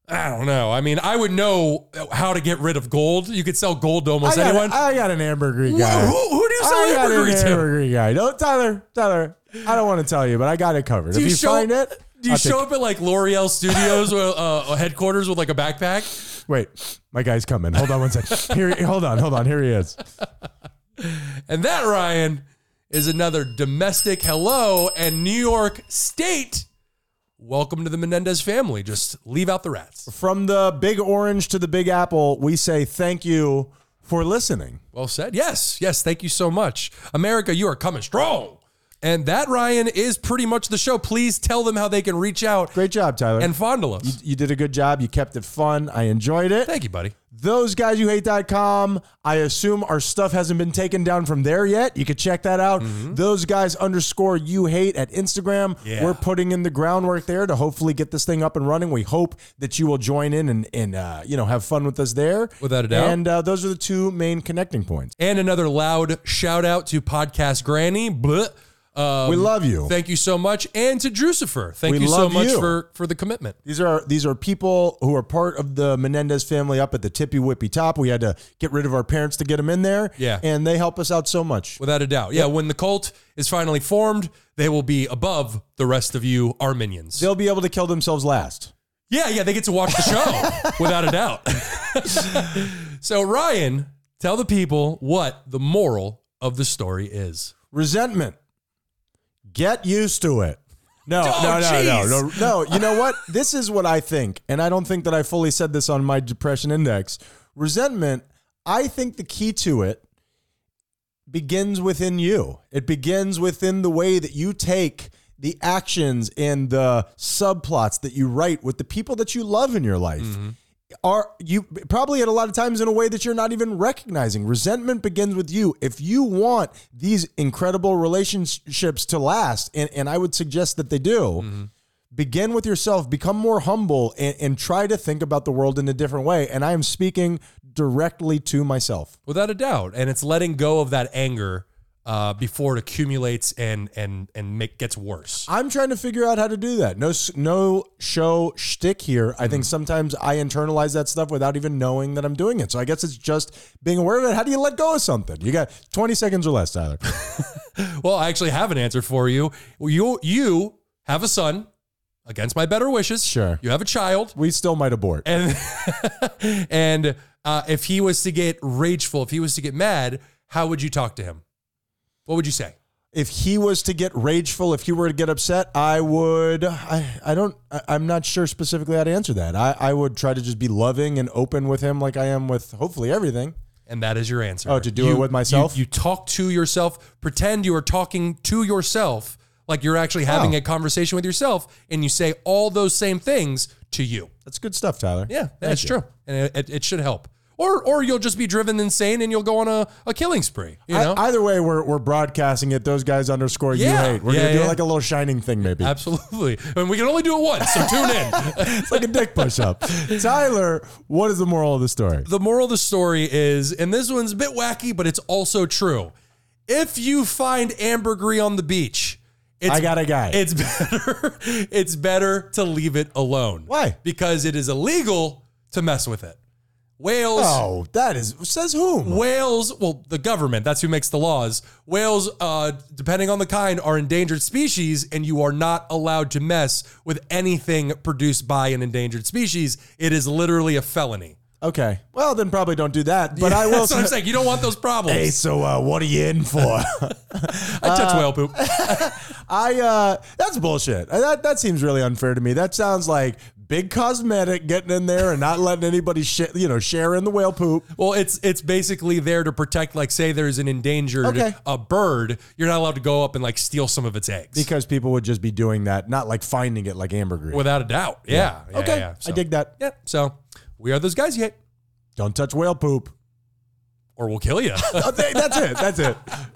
[SPEAKER 2] I don't know. I mean, I would know how to get rid of gold. You could sell gold to almost
[SPEAKER 1] I got,
[SPEAKER 2] anyone.
[SPEAKER 1] I got an ambergris guy.
[SPEAKER 2] who, who do you
[SPEAKER 1] I
[SPEAKER 2] sell
[SPEAKER 1] got
[SPEAKER 2] ambergris
[SPEAKER 1] an
[SPEAKER 2] to?
[SPEAKER 1] ambergris guy. No, Tyler, Tyler, I don't want to tell you, but I got it covered.
[SPEAKER 2] Do
[SPEAKER 1] if you
[SPEAKER 2] show-
[SPEAKER 1] find it,
[SPEAKER 2] Do you
[SPEAKER 1] I'll take-
[SPEAKER 2] show up at like L'Oreal Studios or uh, headquarters with like a backpack?
[SPEAKER 1] Wait, my guy's coming. Hold on one second. Here, hold on, hold on. Here he is.
[SPEAKER 2] And that, Ryan, is another domestic hello and New York State. Welcome to the Menendez family. Just leave out the rats.
[SPEAKER 1] From the Big Orange to the Big Apple, we say thank you for listening.
[SPEAKER 2] Well said. Yes. Yes. Thank you so much. America, you are coming strong. And that, Ryan, is pretty much the show. Please tell them how they can reach out
[SPEAKER 1] Great job, Tyler.
[SPEAKER 2] and fondle us.
[SPEAKER 1] you did a good job. You kept it fun. I enjoyed it.
[SPEAKER 2] Thank you, buddy.
[SPEAKER 1] Those guys you hate.com. I assume our stuff hasn't been taken down from there yet. You could check that out. Those guys underscore you hate at Instagram.
[SPEAKER 2] Mm-hmm. Yeah.
[SPEAKER 1] We're putting in the groundwork there to hopefully get this thing up and running. We hope that you will join in and, and uh, you know have fun with us there.
[SPEAKER 2] Without a doubt.
[SPEAKER 1] And uh, those are the two main connecting points.
[SPEAKER 2] And another loud shout out to Podcast Granny. Bleh. Um,
[SPEAKER 1] We love you.
[SPEAKER 2] Thank you so much. And to Drucifer. Thank
[SPEAKER 1] We
[SPEAKER 2] you so
[SPEAKER 1] love
[SPEAKER 2] much
[SPEAKER 1] you.
[SPEAKER 2] for for the commitment.
[SPEAKER 1] These are these are people who are part of the Menendez family up at the Tippy Whippy Top. We had to get rid of our parents to get them in there.
[SPEAKER 2] Yeah.
[SPEAKER 1] and they help us out so much.
[SPEAKER 2] Without a doubt. Yeah, when the cult is finally formed, they will be above the rest of you Arminians.
[SPEAKER 1] They'll be able to kill themselves last.
[SPEAKER 2] Yeah, yeah, they get to watch the show without a doubt. so, Ryan, tell the people what the moral of the story is.
[SPEAKER 1] Resentment. Get used to it. No,
[SPEAKER 2] Oh,
[SPEAKER 1] no, no,
[SPEAKER 2] jeez.
[SPEAKER 1] no, no, no. You know what? This is what I think, and I don't think that I fully said this on my depression index. Resentment. I think the key to it begins within you. It begins within the way that you take the actions and the subplots that you write with the people that you love in your life. Are you probably at a lot of times in a way that you're not even recognizing? Resentment begins with you. If you want these incredible relationships to last, and, and I would suggest that they do, begin with yourself, become more humble, and, and try to think about the world in a different way. And I am speaking directly to myself.
[SPEAKER 2] Without a doubt, and it's letting go of that anger uh, before it accumulates and and and make, gets worse.
[SPEAKER 1] I'm trying to figure out how to do that. No, s- no show shtick here. I think sometimes I internalize that stuff without even knowing that I'm doing it. So I guess it's just being aware of it. How do you let go of something? You got 20 seconds or less, Tyler.
[SPEAKER 2] Well, I actually have an answer for you. You you have a son, against my better wishes.
[SPEAKER 1] Sure.
[SPEAKER 2] you have a child.
[SPEAKER 1] We still might abort.
[SPEAKER 2] and and uh, if he was to get rageful, if he was to get mad, how would you talk to him? What would you say?
[SPEAKER 1] If he was to get rageful, if he were to get upset, I would. I, I don't. I, I'm not sure specifically how to answer that. I, I would try to just be loving and open with him, like I am with hopefully everything.
[SPEAKER 2] And that is your answer.
[SPEAKER 1] Oh, to do it with myself?
[SPEAKER 2] You, you talk to yourself. Pretend you are talking to yourself, like you're actually having
[SPEAKER 1] Oh.
[SPEAKER 2] a conversation with yourself, and you say all those same things to you.
[SPEAKER 1] That's good stuff, Tyler.
[SPEAKER 2] Yeah, that's true, and it, it, it should help. Or or you'll just be driven insane, and you'll go on a, a killing spree. You
[SPEAKER 1] I-
[SPEAKER 2] know,
[SPEAKER 1] either way, we're, we're broadcasting it. Those guys underscore
[SPEAKER 2] Yeah.
[SPEAKER 1] you hate. We're
[SPEAKER 2] Yeah,
[SPEAKER 1] gonna do
[SPEAKER 2] yeah.
[SPEAKER 1] like a little shining thing, maybe.
[SPEAKER 2] absolutely. And we can only do it once, so tune in.
[SPEAKER 1] It's like a dick push up. Tyler, what is the moral of the story?
[SPEAKER 2] the moral of the story is, and this one's a bit wacky, but it's also true. If you find ambergris on the beach, it's,
[SPEAKER 1] I got a guy.
[SPEAKER 2] It's better. It's better to leave it alone.
[SPEAKER 1] Why?
[SPEAKER 2] Because it is illegal to mess with it. Whales.
[SPEAKER 1] oh, that is says whom?
[SPEAKER 2] Whales, well, the government, that's who makes the laws. Whales, uh, depending on the kind, are endangered species, and you are not allowed to mess with anything produced by an endangered species. It is literally a felony.
[SPEAKER 1] Okay. Well, then probably don't do that. But I will.
[SPEAKER 2] That's what I'm saying. You don't want those problems.
[SPEAKER 1] Hey, uh, so uh, what are you in for?
[SPEAKER 2] I touch whale poop.
[SPEAKER 1] I uh, that's bullshit. Uh, That that seems really unfair to me. That sounds like big cosmetic getting in there and not letting anybody sh- you know share in the whale poop.
[SPEAKER 2] Well, it's it's basically there to protect. Like, say there's an endangered
[SPEAKER 1] Okay.
[SPEAKER 2] a bird, you're not allowed to go up and like steal some of its eggs.
[SPEAKER 1] Because people would just be doing that, not like finding it like ambergris.
[SPEAKER 2] Without a doubt. Yeah. yeah.
[SPEAKER 1] okay,
[SPEAKER 2] yeah. So,
[SPEAKER 1] I dig that.
[SPEAKER 2] Yeah. So we are those guys yet,
[SPEAKER 1] Don't touch whale poop.
[SPEAKER 2] or we'll kill you.
[SPEAKER 1] Oh, th- that's it. That's it.